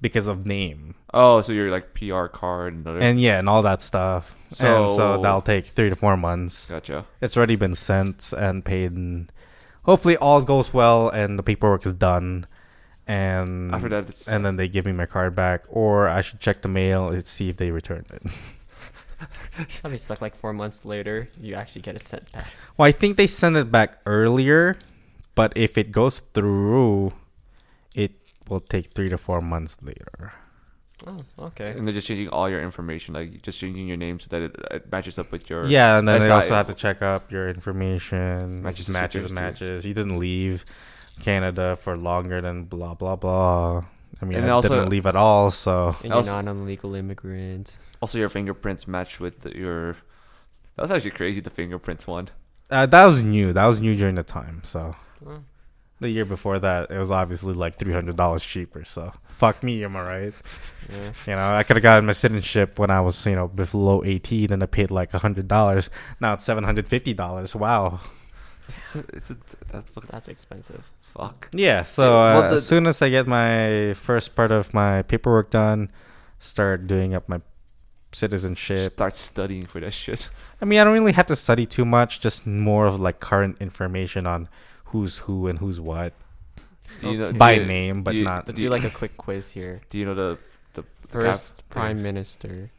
Speaker 2: because of name
Speaker 1: Oh, so you're like PR card and other.
Speaker 2: and yeah and all that stuff. and
Speaker 1: So-
Speaker 2: so that'll take three to four months.
Speaker 1: gotcha.
Speaker 2: It's already been sent and paid, and hopefully all goes well and the paperwork is done. And
Speaker 1: After that, it's
Speaker 2: and then they give me my card back, or I should check the mail and see if they returned it.
Speaker 3: Probably stuck like four months later. You actually get it sent back.
Speaker 2: Well, I think they send it back earlier, but if it goes through, it will take three to four months later.
Speaker 3: Oh, okay.
Speaker 1: and they're just changing all your information, like just changing your name so that it, it matches up with your.
Speaker 2: yeah, and then they
Speaker 1: SI.
Speaker 2: also have to check up your information.
Speaker 1: Matches,
Speaker 2: Matches,
Speaker 1: matches.
Speaker 2: matches, matches. You didn't leave Canada for longer than blah blah blah. I mean,
Speaker 1: And
Speaker 2: I
Speaker 1: also-
Speaker 2: didn't leave at all, so
Speaker 3: And
Speaker 1: Also-
Speaker 3: you're not an illegal immigrant.
Speaker 1: Also, your fingerprints match with your. That was actually crazy. The fingerprints one.
Speaker 2: uh, that was new. That was new during the time. So
Speaker 3: Oh,
Speaker 2: the year before that, it was obviously like three hundred dollars cheaper. So fuck me, am I right?
Speaker 3: yeah.
Speaker 2: You know, I could have gotten my citizenship when I was, you know, below eighteen, and I paid like hundred dollars. Now it's seven hundred fifty dollars. Wow.
Speaker 1: It's a, it's a, that's fucking *laughs*
Speaker 3: That's expensive.
Speaker 1: fuck.
Speaker 2: Yeah, so
Speaker 1: Yeah,
Speaker 2: uh,
Speaker 1: well, the-
Speaker 2: as soon as I get my first part of my paperwork done, start doing up my citizenship.
Speaker 1: Start studying for that shit.
Speaker 2: I mean, I don't really have to study too much, just more of like current information on who's who and who's what
Speaker 1: Do you know,
Speaker 3: Okay.
Speaker 1: do
Speaker 2: by
Speaker 1: you-
Speaker 2: name, but
Speaker 1: you-
Speaker 2: not.
Speaker 3: Let's
Speaker 1: Do you-
Speaker 3: do like a quick quiz here.
Speaker 1: Do you know the the
Speaker 3: First
Speaker 1: cap-
Speaker 3: prime minister.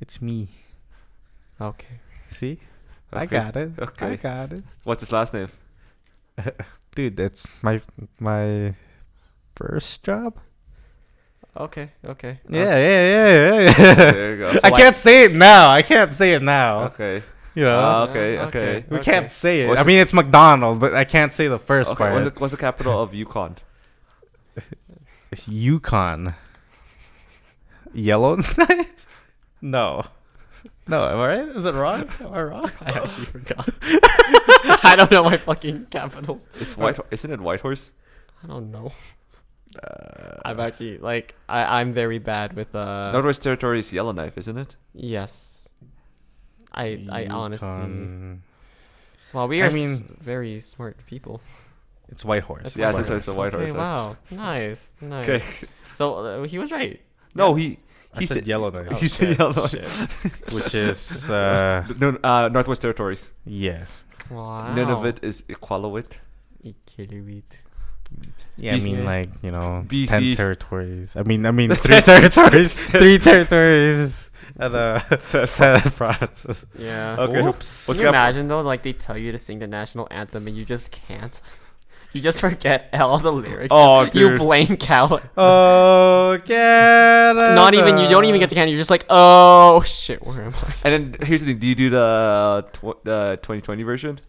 Speaker 2: It's me.
Speaker 3: Okay.
Speaker 2: See, I
Speaker 1: Okay.
Speaker 2: got it. I
Speaker 1: Okay.
Speaker 2: got it,
Speaker 1: What's his last name?
Speaker 2: dude. That's my my first job.
Speaker 3: Okay. Okay. Uh,
Speaker 2: Yeah, yeah, yeah, yeah.
Speaker 1: Oh. *laughs* there you go.
Speaker 2: I can't say it now. I can't say it now.
Speaker 1: Okay.
Speaker 2: You know,
Speaker 1: Uh, okay, okay.
Speaker 2: we
Speaker 3: okay.
Speaker 2: can't say it.
Speaker 1: What's
Speaker 2: I mean, it's McDonald, but I can't say the first
Speaker 1: okay.
Speaker 2: part.
Speaker 1: What's, the, what's the capital of Yukon?
Speaker 2: Yukon. Yellow? *laughs* no. No, am I right? Is it wrong? Am I wrong?
Speaker 3: *laughs* I actually forgot. *laughs* I don't know my fucking capitals.
Speaker 1: It's white. Ho- Isn't it Whitehorse?
Speaker 3: I don't know.
Speaker 2: Uh,
Speaker 3: I've actually like I I'm very bad with uh.
Speaker 1: Northwest Territory is Yellowknife, isn't it?
Speaker 3: yes. I I honestly.
Speaker 2: Yukon.
Speaker 3: Well, we
Speaker 2: I
Speaker 3: are s-
Speaker 2: mean-
Speaker 3: very smart people.
Speaker 2: It's Whitehorse.
Speaker 3: That's
Speaker 1: yeah,
Speaker 3: Whitehorse.
Speaker 1: it's, it's a Whitehorse.
Speaker 3: Okay. Wow. Nice. Nice.
Speaker 1: Okay.
Speaker 3: So uh, he was right.
Speaker 1: No, he
Speaker 2: I
Speaker 1: he
Speaker 2: said
Speaker 1: said,
Speaker 2: Yellow
Speaker 3: Oh,
Speaker 1: *laughs*
Speaker 2: Knife,
Speaker 1: He said
Speaker 3: shit,
Speaker 1: yellow.
Speaker 3: shit.
Speaker 2: which is uh,
Speaker 1: no no, uh, Northwest Territories.
Speaker 2: yes.
Speaker 3: Wow.
Speaker 1: *laughs* None of it is Iqaluit.
Speaker 3: Iqaluit.
Speaker 2: Yeah, I
Speaker 1: BC.
Speaker 2: mean like you know,
Speaker 1: BC.
Speaker 2: ten territories. I mean, I mean three territories, three territories, and uh, ten provinces.
Speaker 3: Yeah.
Speaker 1: Okay. What's
Speaker 2: Whoops.
Speaker 3: Can you
Speaker 1: that for?
Speaker 3: imagine though, like they tell you to sing the national anthem and you just can't. You just forget all the lyrics.
Speaker 1: Oh,
Speaker 3: you
Speaker 1: dude.
Speaker 3: blank out.
Speaker 2: Oh, Canada!
Speaker 3: Not even you don't even get to count. You're just like, oh shit, where am I?
Speaker 1: And then here's the thing: Do you do the tw- uh, 2020 version?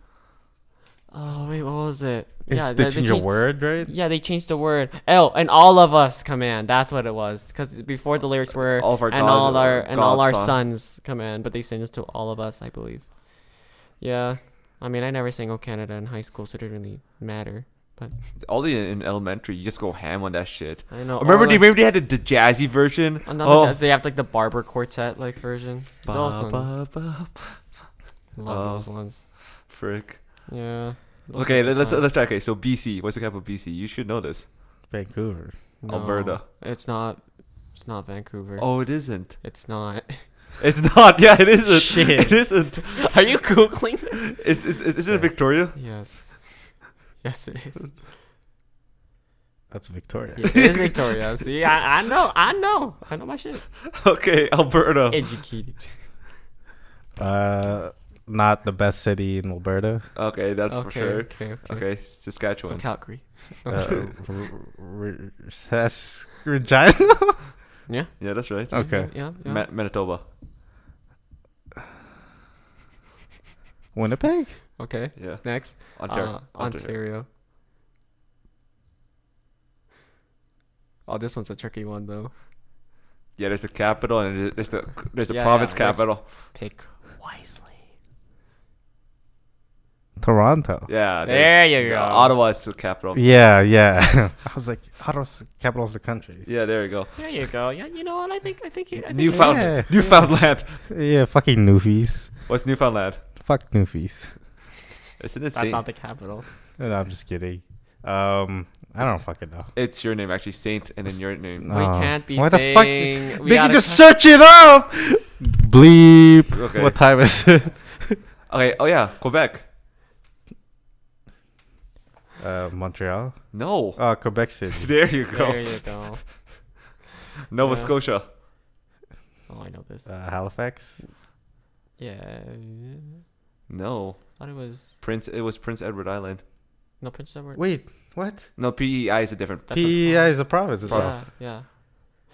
Speaker 3: Oh wait, what was it?
Speaker 2: It's
Speaker 3: yeah,
Speaker 2: they
Speaker 3: they, they
Speaker 2: change your
Speaker 3: changed-
Speaker 2: word, right?
Speaker 3: Yeah, they changed the word. Oh, and all of us command. That's what it was. Because before the lyrics were
Speaker 1: All of our
Speaker 3: and
Speaker 1: God-
Speaker 3: all our and all our
Speaker 1: Godson.
Speaker 3: sons command, but they send this to all of us, I believe. Yeah, I mean, I never sang "O Canada" in high school, so it didn't really matter.
Speaker 1: Only in elementary, you just go ham on that shit.
Speaker 3: I know. Oh, all
Speaker 1: remember,
Speaker 3: the-
Speaker 1: they, remember they had the, the jazzy version.
Speaker 3: Another
Speaker 1: Oh.
Speaker 3: jazz- they have like the barber quartet like version. those
Speaker 1: Ba,
Speaker 3: ones.
Speaker 1: ba, ba.
Speaker 3: Love
Speaker 1: oh.
Speaker 3: those ones.
Speaker 1: Frick.
Speaker 3: Yeah. Those
Speaker 1: Okay,
Speaker 3: are good
Speaker 1: let- let's
Speaker 3: times.
Speaker 1: let's try. Okay, so BC. What's the capital of BC? You should know this.
Speaker 2: Vancouver.
Speaker 1: Alberta.
Speaker 3: It's not. It's not Vancouver.
Speaker 1: Oh, it isn't. *laughs*
Speaker 3: It's not.
Speaker 1: It's not. Yeah, it isn't.
Speaker 2: Shit.
Speaker 1: It isn't.
Speaker 3: Are you googling? this?
Speaker 1: It's, it's, it's isn't it Victoria?
Speaker 3: Yes. Yes, it
Speaker 1: *laughs*
Speaker 3: is.
Speaker 2: That's Victoria.
Speaker 3: Yeah, it is Victoria. See, I, I know. I know. I know
Speaker 1: *laughs*
Speaker 3: my shit.
Speaker 1: Okay, Alberta.
Speaker 3: Educated.
Speaker 2: Uh, not the best city in Alberta.
Speaker 1: okay, that's
Speaker 3: okay,
Speaker 1: for sure. Okay,
Speaker 3: Okay. Okay. So
Speaker 1: Saskatchewan.
Speaker 3: Calgary.
Speaker 2: Uh, r- r- Sask- Regina.
Speaker 1: yeah, that's right.
Speaker 2: Okay.
Speaker 3: Yeah. yeah.
Speaker 1: Ma- Manitoba.
Speaker 2: Winnipeg.
Speaker 3: okay.
Speaker 1: Yeah,
Speaker 3: Next.
Speaker 1: Ontario.
Speaker 3: Uh, Ontario. Oh, this one's a tricky one though.
Speaker 1: Yeah, there's the capital and there's the there's the
Speaker 3: Yeah,
Speaker 1: province
Speaker 3: yeah, that's-
Speaker 1: capital.
Speaker 3: Pick wisely.
Speaker 2: Toronto.
Speaker 1: Yeah, dude.
Speaker 3: There you
Speaker 1: Yeah,
Speaker 3: go.
Speaker 1: Ottawa is the capital.
Speaker 2: Yeah, yeah. *laughs* I was like, Ottawa's the capital of the country.
Speaker 1: Yeah, there you go.
Speaker 3: There you go. Yeah, you know what? I think I think he. I think
Speaker 1: Newfound
Speaker 2: Yeah.
Speaker 1: Newfoundland.
Speaker 2: Yeah, fucking Newfies.
Speaker 1: What's Newfoundland?
Speaker 2: Fuck Newfies.
Speaker 1: Isn't it?
Speaker 3: that's
Speaker 1: Saint-
Speaker 3: not the capital.
Speaker 2: No, I'm just kidding. Um, I don't fucking know.
Speaker 1: it's your name actually, Saint, and then your name.
Speaker 2: No.
Speaker 3: We can't be
Speaker 2: Why the fuck-
Speaker 3: saying. we
Speaker 2: they can
Speaker 3: gotta
Speaker 2: just
Speaker 3: cut-
Speaker 2: search it up. Bleep.
Speaker 1: Okay.
Speaker 2: What time is it?
Speaker 1: Okay. Oh yeah, Quebec.
Speaker 2: *laughs* Uh, Montreal.
Speaker 1: No. *laughs*
Speaker 2: Uh, Quebec City. *laughs*
Speaker 1: There you go.
Speaker 3: There you go.
Speaker 1: Nova
Speaker 3: Yeah.
Speaker 1: Scotia.
Speaker 3: Oh, I know this.
Speaker 2: Uh, Halifax.
Speaker 3: yeah.
Speaker 1: No.
Speaker 3: Thought it was
Speaker 1: Prince. It was Prince Edward Island.
Speaker 3: no Prince Edward.
Speaker 2: Wait, what?
Speaker 1: No, PEI is a different.
Speaker 3: That's a-
Speaker 2: PEI is a province. It's
Speaker 3: yeah, yeah.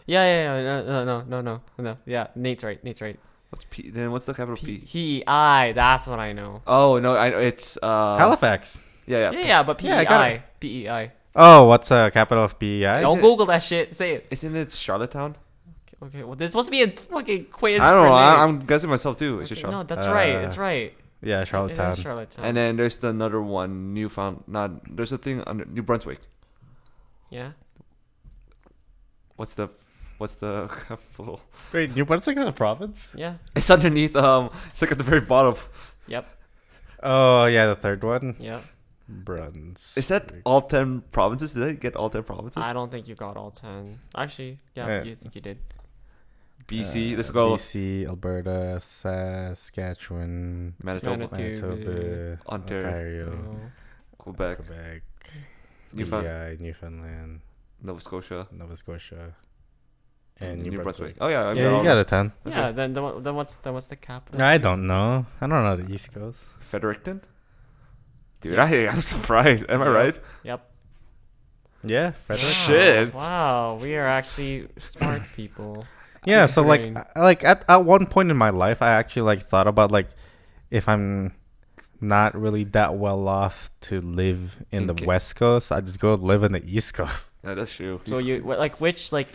Speaker 3: Yeah, yeah, yeah, no, no, no, no, no, no. Yeah, Nate's right. Nate's right.
Speaker 1: What's P? Then what's the capital? P.
Speaker 3: P E I. That's what I know.
Speaker 1: Oh no, I it's uh.
Speaker 2: Halifax.
Speaker 1: Yeah,
Speaker 3: Yeah,
Speaker 1: yeah.
Speaker 3: yeah, but P E
Speaker 2: Yeah, I got
Speaker 3: I. P E I.
Speaker 2: Oh, what's uh, capital of
Speaker 1: Nope.
Speaker 2: PEI?
Speaker 3: Don't
Speaker 1: it-
Speaker 3: Google that shit. Say it.
Speaker 1: Isn't it Charlottetown?
Speaker 3: Okay. Well, there's supposed to be a fucking quiz.
Speaker 1: I don't
Speaker 3: for
Speaker 1: know. I,
Speaker 3: Nate.
Speaker 1: I'm guessing myself too. It's just
Speaker 3: Okay, No,
Speaker 1: Charlotte.
Speaker 3: that's right.
Speaker 2: Uh,
Speaker 3: It's right.
Speaker 2: Yeah,
Speaker 3: It is
Speaker 2: Charlottetown.
Speaker 3: Charlottetown.
Speaker 1: And then there's the another one, Newfound. Not there's a thing under New Brunswick.
Speaker 3: yeah.
Speaker 1: What's the what's the *laughs* capital?
Speaker 2: Wait, New Brunswick is a province?
Speaker 3: Yeah.
Speaker 1: It's underneath. Um, it's like at the very bottom.
Speaker 3: Yep.
Speaker 2: Oh yeah, the third one,
Speaker 3: Yeah.
Speaker 2: Bruns.
Speaker 1: Is that all ten provinces? Did I get all ten provinces?
Speaker 3: I don't think you got all 10. Actually, yeah,
Speaker 2: Yeah.
Speaker 3: you think you did.
Speaker 2: uh,
Speaker 1: BC. let's go.
Speaker 2: BC, Alberta, Saskatchewan,
Speaker 1: Manitoba,
Speaker 3: Manitoba,
Speaker 2: Manitoba,
Speaker 1: Ontario,
Speaker 2: Ontario,
Speaker 3: No.
Speaker 1: Quebec,
Speaker 2: Quebec,
Speaker 1: Newfound-
Speaker 2: Newfoundland, Newfoundland,
Speaker 1: Nova Scotia,
Speaker 2: Nova Scotia, and New, Brunswick.
Speaker 1: Oh yeah, I
Speaker 2: yeah, you got a ten.
Speaker 3: Yeah, then, then what- then what's then what's the capital?
Speaker 2: I don't know. I don't know the East Coast.
Speaker 1: Fredericton. Dude, I, I'm *laughs* surprised. Am I
Speaker 3: Yeah.
Speaker 1: right?
Speaker 3: Yep.
Speaker 2: Yeah, Frederick.
Speaker 3: Wow,
Speaker 1: Shit.
Speaker 3: Wow, we are actually smart people.
Speaker 2: yeah so like
Speaker 3: Green.
Speaker 2: I- like at, at one point in my life i actually like thought about like if i'm not really that well off to live in the
Speaker 1: Okay.
Speaker 2: west coast i just go live in the east coast
Speaker 1: No, that's true.
Speaker 3: So you wh- like which like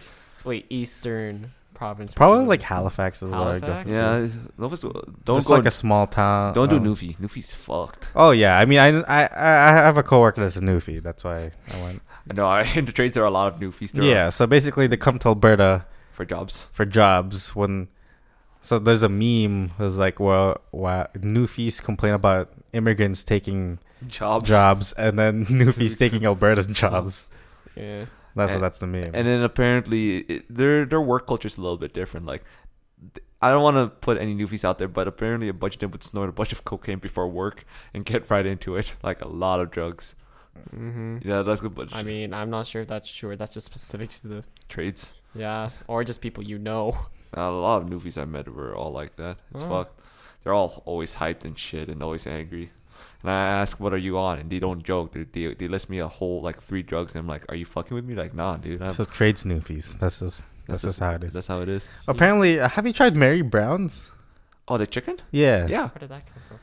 Speaker 3: wait eastern province? would you
Speaker 2: probably
Speaker 3: live
Speaker 2: like
Speaker 3: in?
Speaker 2: halifax is where i go
Speaker 3: Halifax?
Speaker 1: yeah, it's- Nova Scotia. Don't
Speaker 2: it's
Speaker 1: go.
Speaker 2: like a small town
Speaker 1: don't do
Speaker 2: um,
Speaker 1: Newfie. Newfie's fucked.
Speaker 2: oh yeah i mean i i i I have a coworker that's a newfie that's why i went
Speaker 1: No, I *laughs* in the trades there are a lot of Newfies there
Speaker 2: yeah so basically they come to alberta
Speaker 1: for jobs. *laughs*
Speaker 2: for jobs when so there's a meme that's like well why newfies complain about immigrants taking
Speaker 1: Jobs.
Speaker 2: jobs, and then
Speaker 1: *laughs*
Speaker 2: Newfie's taking Alberta's jobs.
Speaker 3: Yeah.
Speaker 2: That's
Speaker 1: And-
Speaker 2: what that's the meme.
Speaker 1: And then apparently it, their their work culture is a little bit different. Like, th- I don't want to put any newfies out there, but apparently a bunch of them would snort a bunch of cocaine before work and get right into it, like a lot of drugs.
Speaker 3: Mm-hmm.
Speaker 1: Yeah, that's a bunch
Speaker 3: I mean, I'm not sure if that's true. or That's just specific to the
Speaker 1: of trades.
Speaker 3: yeah, or just people you know.
Speaker 1: A lot of newfies I met were all like that. It's
Speaker 3: Oh.
Speaker 1: fucked. They're all always hyped and shit and always angry. And I ask, "What are you on?" And they don't joke. They they, they list me a whole like three drugs. And I'm like, "Are you fucking with me?" Like, nah, dude. I'm,
Speaker 2: so trades Newfies. That's just that's, just how it is.
Speaker 1: um, That's how it is.
Speaker 2: *laughs* Apparently, uh, have you tried Mary Brown's?
Speaker 1: Oh, the chicken?
Speaker 2: Yeah.
Speaker 1: Yeah,
Speaker 3: Where did that come
Speaker 2: *laughs*
Speaker 3: from?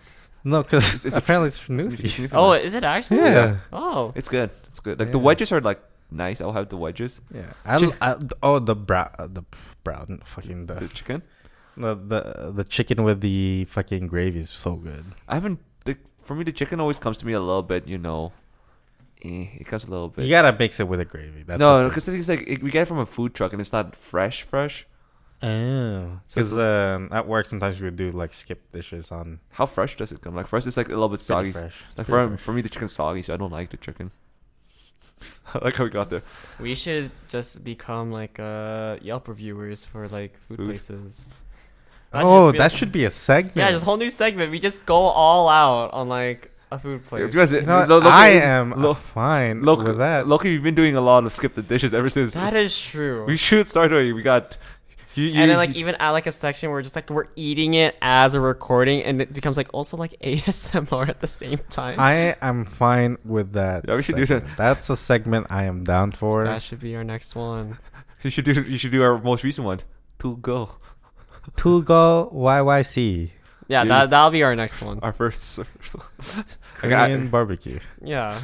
Speaker 2: No, because
Speaker 1: It's- it's a-
Speaker 2: apparently it's from
Speaker 1: Newfies.
Speaker 2: Newfies.
Speaker 1: Newfies.
Speaker 3: Oh, is it actually?
Speaker 2: Yeah.
Speaker 3: Oh.
Speaker 1: it's good. It's good. Like the
Speaker 2: Yeah.
Speaker 1: wedges are like nice. I'll have the wedges.
Speaker 2: Yeah. I,
Speaker 1: Chick-
Speaker 2: I, oh, the brown, the pff, brown, fucking
Speaker 1: The
Speaker 2: the,
Speaker 1: chicken.
Speaker 2: the the the chicken with the fucking gravy is so good.
Speaker 1: I haven't. The, for me, the chicken always comes to me a little bit. You know, eh, it comes a little bit.
Speaker 2: you gotta mix it with a gravy. That's
Speaker 1: no,
Speaker 2: the
Speaker 1: because it's like it, we get it from a food truck and it's not fresh, fresh.
Speaker 2: thing. oh,
Speaker 1: So it's
Speaker 2: because um, at work sometimes we do like skip dishes on
Speaker 1: How fresh does it come? Like for us, it's like a little bit soggy.
Speaker 2: pretty fresh.
Speaker 1: Like
Speaker 2: pretty
Speaker 1: for
Speaker 2: fresh.
Speaker 1: for me, the chicken's soggy, so I don't like the chicken. *laughs* I like how we got there.
Speaker 3: We should just become like uh Yelp reviewers for like food,
Speaker 1: Food.
Speaker 3: places. should
Speaker 2: oh,
Speaker 3: just be
Speaker 2: that
Speaker 3: like-
Speaker 2: should be a segment.
Speaker 3: Yeah, just whole new segment. We just go all out on like a food place.
Speaker 1: Because
Speaker 2: You know what?
Speaker 1: lo- lo-
Speaker 2: I am
Speaker 1: lo-
Speaker 2: fine
Speaker 1: Look
Speaker 2: with that.
Speaker 1: Loki, you've been doing a lot of skip the dishes ever since.
Speaker 3: That is true.
Speaker 1: we should start doing. We got. You, you,
Speaker 3: and then like even add like a section where just like we're eating it as a recording, and it becomes like also like *laughs* ASMR at the same time.
Speaker 2: I am fine with that.
Speaker 1: Yeah, we should do
Speaker 2: segment. That's a segment I am down for.
Speaker 3: that should be our next one.
Speaker 1: you should do. You should do our most recent one. To go.
Speaker 2: Tugo YYC
Speaker 3: Yeah,
Speaker 1: You-
Speaker 3: that that'll be our next
Speaker 2: *laughs*
Speaker 3: one.
Speaker 1: Our first. *laughs* I got-
Speaker 2: Korean barbecue.
Speaker 3: Yeah,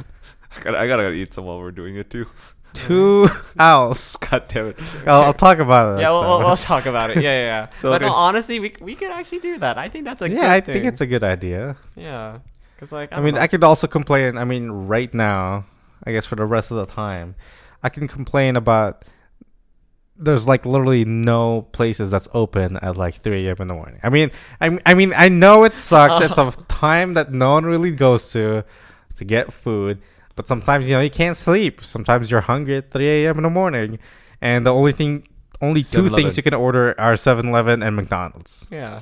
Speaker 1: I gotta, I gotta eat some while we're doing it too. *laughs*
Speaker 2: *laughs* Two owls.
Speaker 1: God damn it.
Speaker 2: I'll, I'll talk about it.
Speaker 3: yeah, we'll,
Speaker 2: Uh, so.
Speaker 3: we'll, we'll talk about it. Yeah,
Speaker 2: *laughs*
Speaker 3: yeah. yeah.
Speaker 1: So,
Speaker 3: but no,
Speaker 1: okay.
Speaker 3: honestly, we we could actually do that. I think that's a
Speaker 2: yeah, I
Speaker 3: good
Speaker 2: think it's a good idea.
Speaker 3: yeah. Cause like I,
Speaker 2: I,
Speaker 3: don't
Speaker 2: mean,
Speaker 3: know.
Speaker 2: I could also complain. I mean, right now, I guess for the rest of the time, I can complain about there's like literally no places that's open at like 3 a.m. in the morning. I mean, I, I mean, I know it
Speaker 3: *laughs*
Speaker 2: sucks. it's a time that no one really goes to to get food, but sometimes you know you can't sleep. Sometimes you're hungry at 3 a.m. in the morning, and the only thing, only two
Speaker 1: 7-Eleven.
Speaker 2: things you can order are 7-Eleven and McDonald's.
Speaker 3: yeah.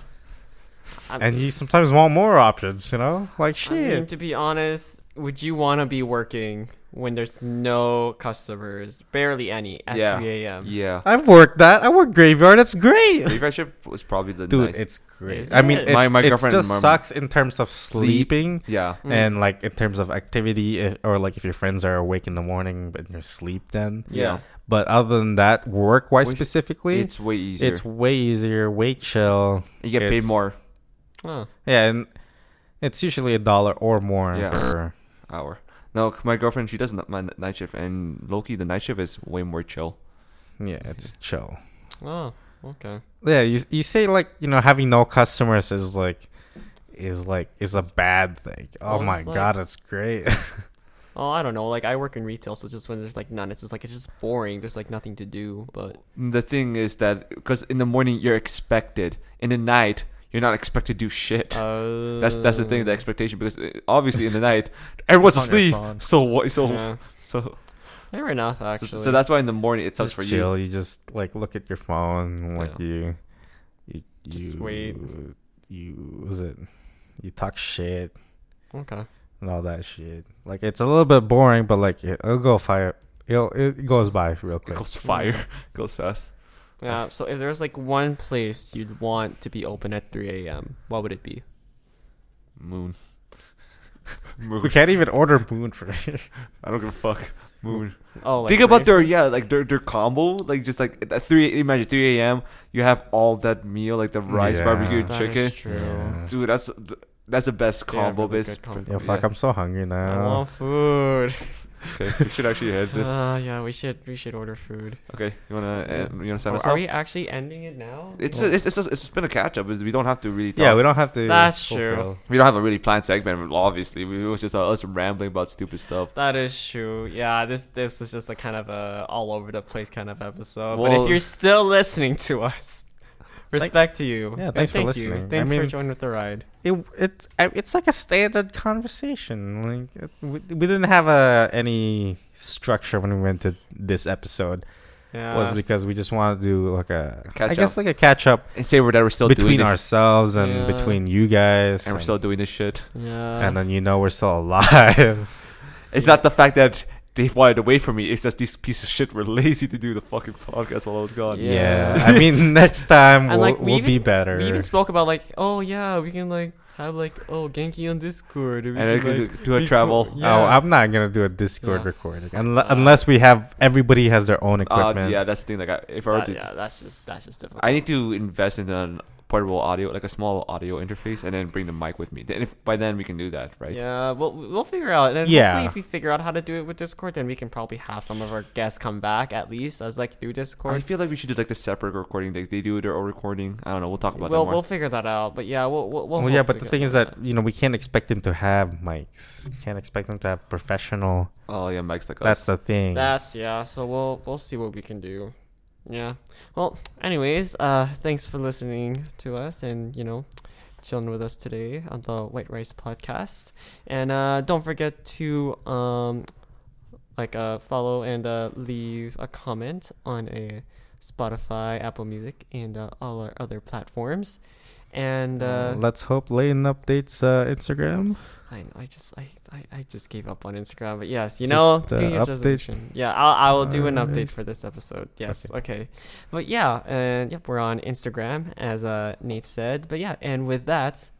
Speaker 3: I'm-
Speaker 2: And you sometimes want more options, you know? Like
Speaker 3: I
Speaker 2: shit.
Speaker 3: mean, to be honest, would you want to be working when there's no customers, barely any, at
Speaker 1: Yeah.
Speaker 3: 3 a.m.?
Speaker 2: Um, *laughs*
Speaker 1: Yeah.
Speaker 2: I've worked that. I work graveyard. It's great.
Speaker 1: Graveyard shift was probably the
Speaker 2: *laughs* Dude,
Speaker 1: nice.
Speaker 2: it's great.
Speaker 3: Is
Speaker 2: I mean,
Speaker 3: it?
Speaker 2: it,
Speaker 1: My- my
Speaker 2: it
Speaker 1: girlfriend
Speaker 2: just
Speaker 1: and my mom-
Speaker 2: sucks in terms of sleeping
Speaker 1: yeah.
Speaker 3: Mm.
Speaker 2: and like in terms of activity eh, or like if your friends are awake in the morning but you're asleep then.
Speaker 1: Yeah.
Speaker 2: But other than that, work wise
Speaker 1: Which-
Speaker 2: specifically,
Speaker 1: It's
Speaker 2: it's,
Speaker 1: way easier.
Speaker 2: way easier, way chill.
Speaker 1: you get paid
Speaker 2: it's-
Speaker 1: more
Speaker 3: Huh.
Speaker 2: Yeah, and it's usually a dollar or more
Speaker 1: Yeah.
Speaker 2: per.
Speaker 1: hour. No, my girlfriend she does not mind night shift, and Loki the night shift is way more chill.
Speaker 2: Yeah, it's chill.
Speaker 3: Oh, okay.
Speaker 2: Yeah, you you say like you know having no customers is like is like is a bad thing. Oh
Speaker 3: Well,
Speaker 2: my
Speaker 3: it's like-
Speaker 2: god, it's great. *laughs*
Speaker 3: Oh, I don't know. Like I work in retail, so just when there's like none, it's just like it's just boring. There's like nothing to do. But
Speaker 1: The thing is that because in the morning you're expected, in the night You're not expected to do shit.
Speaker 3: Uh,
Speaker 1: that's that's the thing, the expectation, because uh, obviously in the
Speaker 3: *laughs*
Speaker 1: night everyone's
Speaker 2: It's on your
Speaker 1: asleep.
Speaker 2: phone.
Speaker 1: So what? So
Speaker 3: Yeah.
Speaker 1: so,
Speaker 3: Fair enough, actually.
Speaker 1: so so that's why in the morning it sucks
Speaker 2: just
Speaker 1: for you.
Speaker 2: chill. You. just like look at your phone, like
Speaker 1: Yeah.
Speaker 2: you, you,
Speaker 3: Just
Speaker 2: you,
Speaker 3: wait.
Speaker 2: You was it? You talk shit
Speaker 3: okay.
Speaker 2: and all that shit. Like it's a little bit boring, but like it, it'll go fire. It'll, it goes by real
Speaker 1: It
Speaker 2: quick.
Speaker 1: goes fire, *laughs* it goes fast.
Speaker 3: Yeah. So if there's like one place you'd want to be open at 3 a.m., what would it be?
Speaker 1: Moon. *laughs* Moon.
Speaker 2: We can't even order moon for
Speaker 1: I don't give a fuck. Moon.
Speaker 3: Oh, like
Speaker 1: Think about
Speaker 3: three?
Speaker 1: their yeah, like their their combo, like just like at three. Imagine three a.m. You have all that meal, like the rice,
Speaker 2: Yeah.
Speaker 1: barbecue, and
Speaker 3: That
Speaker 1: chicken.
Speaker 3: is *laughs* true.
Speaker 2: *laughs* Yeah.
Speaker 1: Dude, that's that's the best
Speaker 3: They are
Speaker 1: combo.
Speaker 3: really
Speaker 1: base.
Speaker 3: good combo.
Speaker 2: Yo, fuck! I'm so hungry
Speaker 3: I
Speaker 2: now.
Speaker 3: want food.
Speaker 1: Okay, we should actually head this.
Speaker 3: *laughs* Uh, yeah, we should we should order food.
Speaker 1: Okay, you wanna uh, you wanna sign
Speaker 3: Or
Speaker 1: us
Speaker 3: are
Speaker 1: off?
Speaker 3: we actually ending it now?
Speaker 1: It's it's it's, just, it's been a catch up. is Oh. We don't have to really. Talk.
Speaker 2: Yeah, we don't have to.
Speaker 3: That's true.
Speaker 2: fulfill.
Speaker 1: we don't have a really planned segment. Obviously, we, it was just uh, us rambling about stupid stuff.
Speaker 3: That is true. Yeah, this this is just a kind of a all over the place kind of episode. but
Speaker 1: Well-
Speaker 3: if you're still listening to us, respect to you.
Speaker 2: Yeah,
Speaker 3: And
Speaker 2: thanks for
Speaker 3: thank You.
Speaker 2: listening. I
Speaker 3: Thanks for
Speaker 2: mean-
Speaker 3: joining with the ride.
Speaker 2: It it's I- it's like a standard conversation. Like it, we, we didn't have a any structure when we went to this episode.
Speaker 3: Yeah.
Speaker 2: was because we just wanted to do like a I
Speaker 1: Catch
Speaker 2: guess
Speaker 1: up.
Speaker 2: like a catch up
Speaker 1: And say we're that we're still
Speaker 2: between
Speaker 1: doing this,
Speaker 2: ourselves and
Speaker 3: Yeah.
Speaker 2: between you guys,
Speaker 1: and we're still doing this shit.
Speaker 3: yeah.
Speaker 2: and then you know we're still alive.
Speaker 1: *laughs* It's not the fact that they wanted away from me. It's just these pieces of shit were *laughs* lazy to do the fucking podcast while I was gone.
Speaker 2: yeah.
Speaker 3: Yeah.
Speaker 2: I mean next time
Speaker 3: And,
Speaker 2: we'll,
Speaker 3: like, we
Speaker 2: we'll be
Speaker 3: even-
Speaker 2: better.
Speaker 3: we even spoke about like, oh yeah, we can like have like oh Genki on Discord. or we
Speaker 1: And I
Speaker 3: can, like,
Speaker 1: could do a
Speaker 3: we
Speaker 1: travel.
Speaker 3: could- yeah.
Speaker 2: Oh, I'm not gonna do a Discord
Speaker 3: Yeah.
Speaker 2: recording unle-
Speaker 3: Uh,
Speaker 2: unless we have everybody has their own equipment.
Speaker 1: Uh, yeah, that's the thing. Like, I, if I were
Speaker 3: That-
Speaker 1: to,
Speaker 3: yeah, that's just that's just difficult.
Speaker 1: I need to invest in a portable audio, like a small audio interface, and then bring the mic with me. Then, if by then we can do that, right?
Speaker 3: Yeah, well, we'll figure out. And
Speaker 2: Yeah.
Speaker 3: hopefully, if we figure out how to do it with Discord, then we can probably have some of our guests come back at least as like through
Speaker 1: I
Speaker 3: Discord.
Speaker 1: feel like we should do like the separate recording. Like they do their own recording. I don't know. We'll talk about
Speaker 3: We'll
Speaker 1: that more.
Speaker 3: we'll figure that out. But yeah, we'll we'll. we'll
Speaker 2: Well, yeah,
Speaker 3: hope to
Speaker 2: but the
Speaker 3: get
Speaker 2: thing is
Speaker 3: there.
Speaker 2: that you know we can't expect them to have mics. Can't expect them to have professional.
Speaker 1: oh yeah, Mike's like
Speaker 2: That's
Speaker 1: us.
Speaker 2: the thing.
Speaker 3: that's yeah. So we'll we'll see what we can do. Yeah. Well, anyways, uh, thanks for listening to us and you know, chilling with us today on the White Rice Podcast. And uh, don't forget to um, like uh, follow and uh, leave a comment on a Spotify, Apple Music, and uh, all our other platforms. And uh,
Speaker 2: Let's hope Layton updates uh, Instagram.
Speaker 3: I, I just I, I, I just gave up on Instagram, but yes, you
Speaker 2: Just,
Speaker 3: know,
Speaker 2: uh,
Speaker 3: New Year's
Speaker 2: update
Speaker 3: resolution. Yeah, I'll I will do an
Speaker 2: our
Speaker 3: update
Speaker 2: ins-
Speaker 3: for this episode. Yes, okay. but yeah, and yep, we're on Instagram as uh Nate said. But yeah, and with that,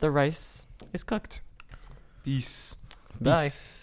Speaker 3: the rice is cooked.
Speaker 1: Peace.
Speaker 3: Bye.
Speaker 2: Peace.